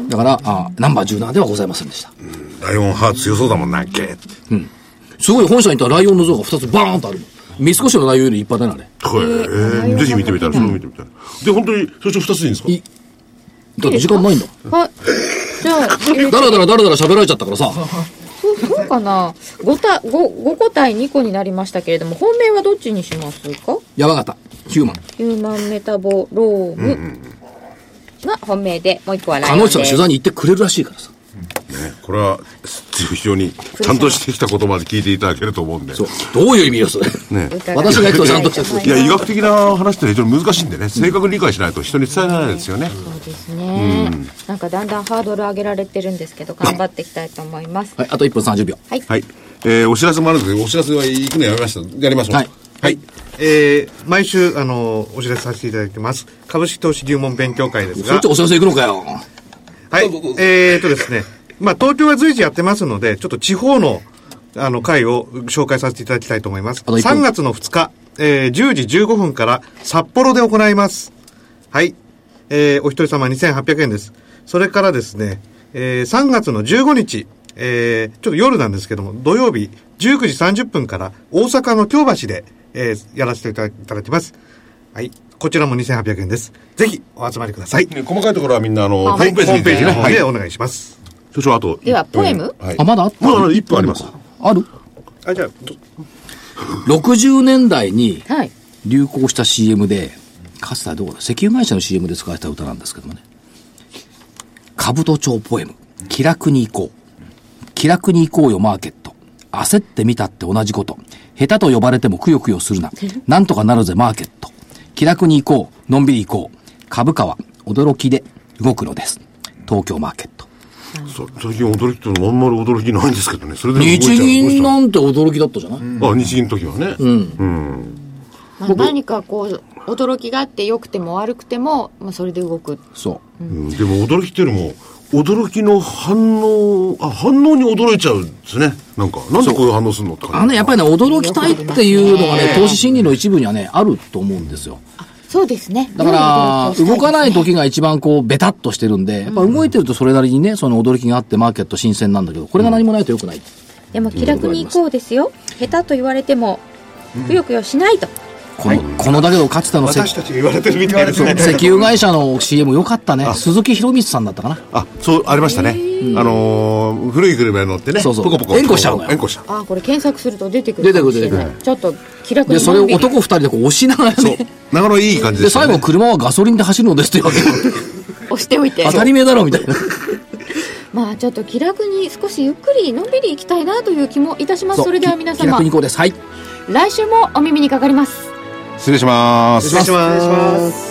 S2: だから、あナンバー17ではございませんでした。
S5: あ。ライオンハーツ強そうだもんな、ゲーって。
S2: すごい本社に行ったらライオンの像が2つバーンとあるもん。三越のライオンよりいっぱいだな、あれ。
S5: へえぜひ見てみたい。それも見てみたい。で、本当に、所長二つでいいんですか
S2: いだって時間ないんだ。
S1: はい。じゃあ、え
S2: だらだらだらだら喋られちゃったからさ。
S1: そうそうかな5た五五個対2個になりましたけれども本命はどっちにしますか
S2: 山形、ヒューマン。
S1: ヒューマンメタボロームが本命でもう一個はライ
S2: 鹿
S1: オン
S2: 野
S1: で
S2: 内さんが取材に行ってくれるらしいからさ。
S5: これは、非常に、ちゃんとしてきた言葉で聞いていただけると思うんで。
S2: そう。どういう意味よ、それ。
S5: ね。
S2: 私が行くとちゃんとした
S5: いや、医学的な話って非常に難しいんでね、正確に理解しないと人に伝えられないですよね。
S1: そうですね、なんかだんだんハードル上げられてるんですけど頑張っていきたいと思います
S2: はい、あと1分30秒。
S5: はい。えーお知らせもあるんですけど、お知らせは行くのやめました。やりましょう。
S2: はい
S5: はい。
S3: えー毎週、あの、お知らせさせていただいてます。株式投資入門勉強会です
S2: そっ
S3: が
S2: ち、お知らせ行くのかよ。
S3: はい。えーっとですね、まあ、東京は随時やってますので、ちょっと地方の、あの、会を紹介させていただきたいと思います。
S2: あと一分
S3: 3月の2日、えー10時15分から札幌で行います。はい。えーお一人様2800円です。それからですね、えー3月の15日、えーちょっと夜なんですけども、土曜日19時30分から大阪の京橋で、えーやらせていただいてます。はい。こちらも2800円です。ぜひ、お集まりください。
S5: ね細かいところはみんな、あの、ホ
S3: はい
S5: ームページ見てね。
S3: の方
S5: はい。
S3: でお願いします。
S5: 所長、あと。
S14: ではポエム
S5: うんはい
S2: あ、まだあった
S5: まだまだ一分あります。
S2: ある
S3: あ、じゃあ、
S2: ?60 年代に
S14: はい
S2: 流行した CM で、かつてはどこだ石油会社の CM で使われた歌なんですけどもね。兜町ポエム。気楽に行こう。気楽に行こうよ、マーケット。焦ってみたって同じこと。下手と呼ばれてもくよくよするな。なんとかなるぜ、マーケット。気楽に行こう。のんびり行こう。株価は驚きで動くのです。東京マーケット。
S5: そう最近驚きってのはあんまり驚きないんですけどね。それでも動いちゃう
S2: 日銀
S5: どう
S2: なんて驚きだったじゃない、
S5: したのあ、日銀の時はね。
S14: まあ、何かこう驚きがあって良くても悪くても、まあ、それで動く
S2: そう。
S5: うんでも驚きっていうよりも、驚きの反応、あ、反応に驚いちゃうんですね。なんか、なんでこういう反応するのって
S2: あのね、やっぱりね、驚きたいっていうのがね、投資心理の一部にはね、あると思うんですよ。
S14: そうですね
S2: だから、動かない時が一番こう、ベタっとしてるんで、やっぱ動いてるとそれなりにね、その驚きがあってマーケット新鮮なんだけど、これが何もないと良くない。
S1: でも気楽に行こうですよ下手と言われてもくよくよしないと、
S2: この、このだけど、かつての石
S3: 私たちが言われてるみたいですね。
S2: 石油会社の CM 良かったね。鈴木博光さんだったかな。
S5: あ、そう、ありましたね。あのー、古い車に乗ってね、
S2: そうそう
S5: ポコポコ。
S2: 連呼しちゃうのよ
S5: 連呼しちゃう。
S14: あこれ検索すると出てく
S2: 出
S14: る
S2: て
S14: か
S2: く
S14: も
S2: る
S14: し
S2: 出
S14: れ
S2: てく
S14: ない
S2: る。
S14: ちょっと気楽
S2: で、
S14: に
S2: それを
S14: のんびり
S2: 男二人でこう押しながら ね。
S5: なかなかいい感じ
S2: で、
S5: ですよ
S2: 最
S5: ね。
S2: 後車はガソリンで走るのですって言われて
S14: 押しておいて
S2: 当たり前だろみたいな。
S14: まあちょっと気楽に少しゆっくりのんびり行きたいなという気もいたしますそれでは皆
S2: 気
S14: 様
S2: 楽に行こうです。はい。
S14: 来週もお耳にかかります
S5: 失礼します。
S3: 失礼します。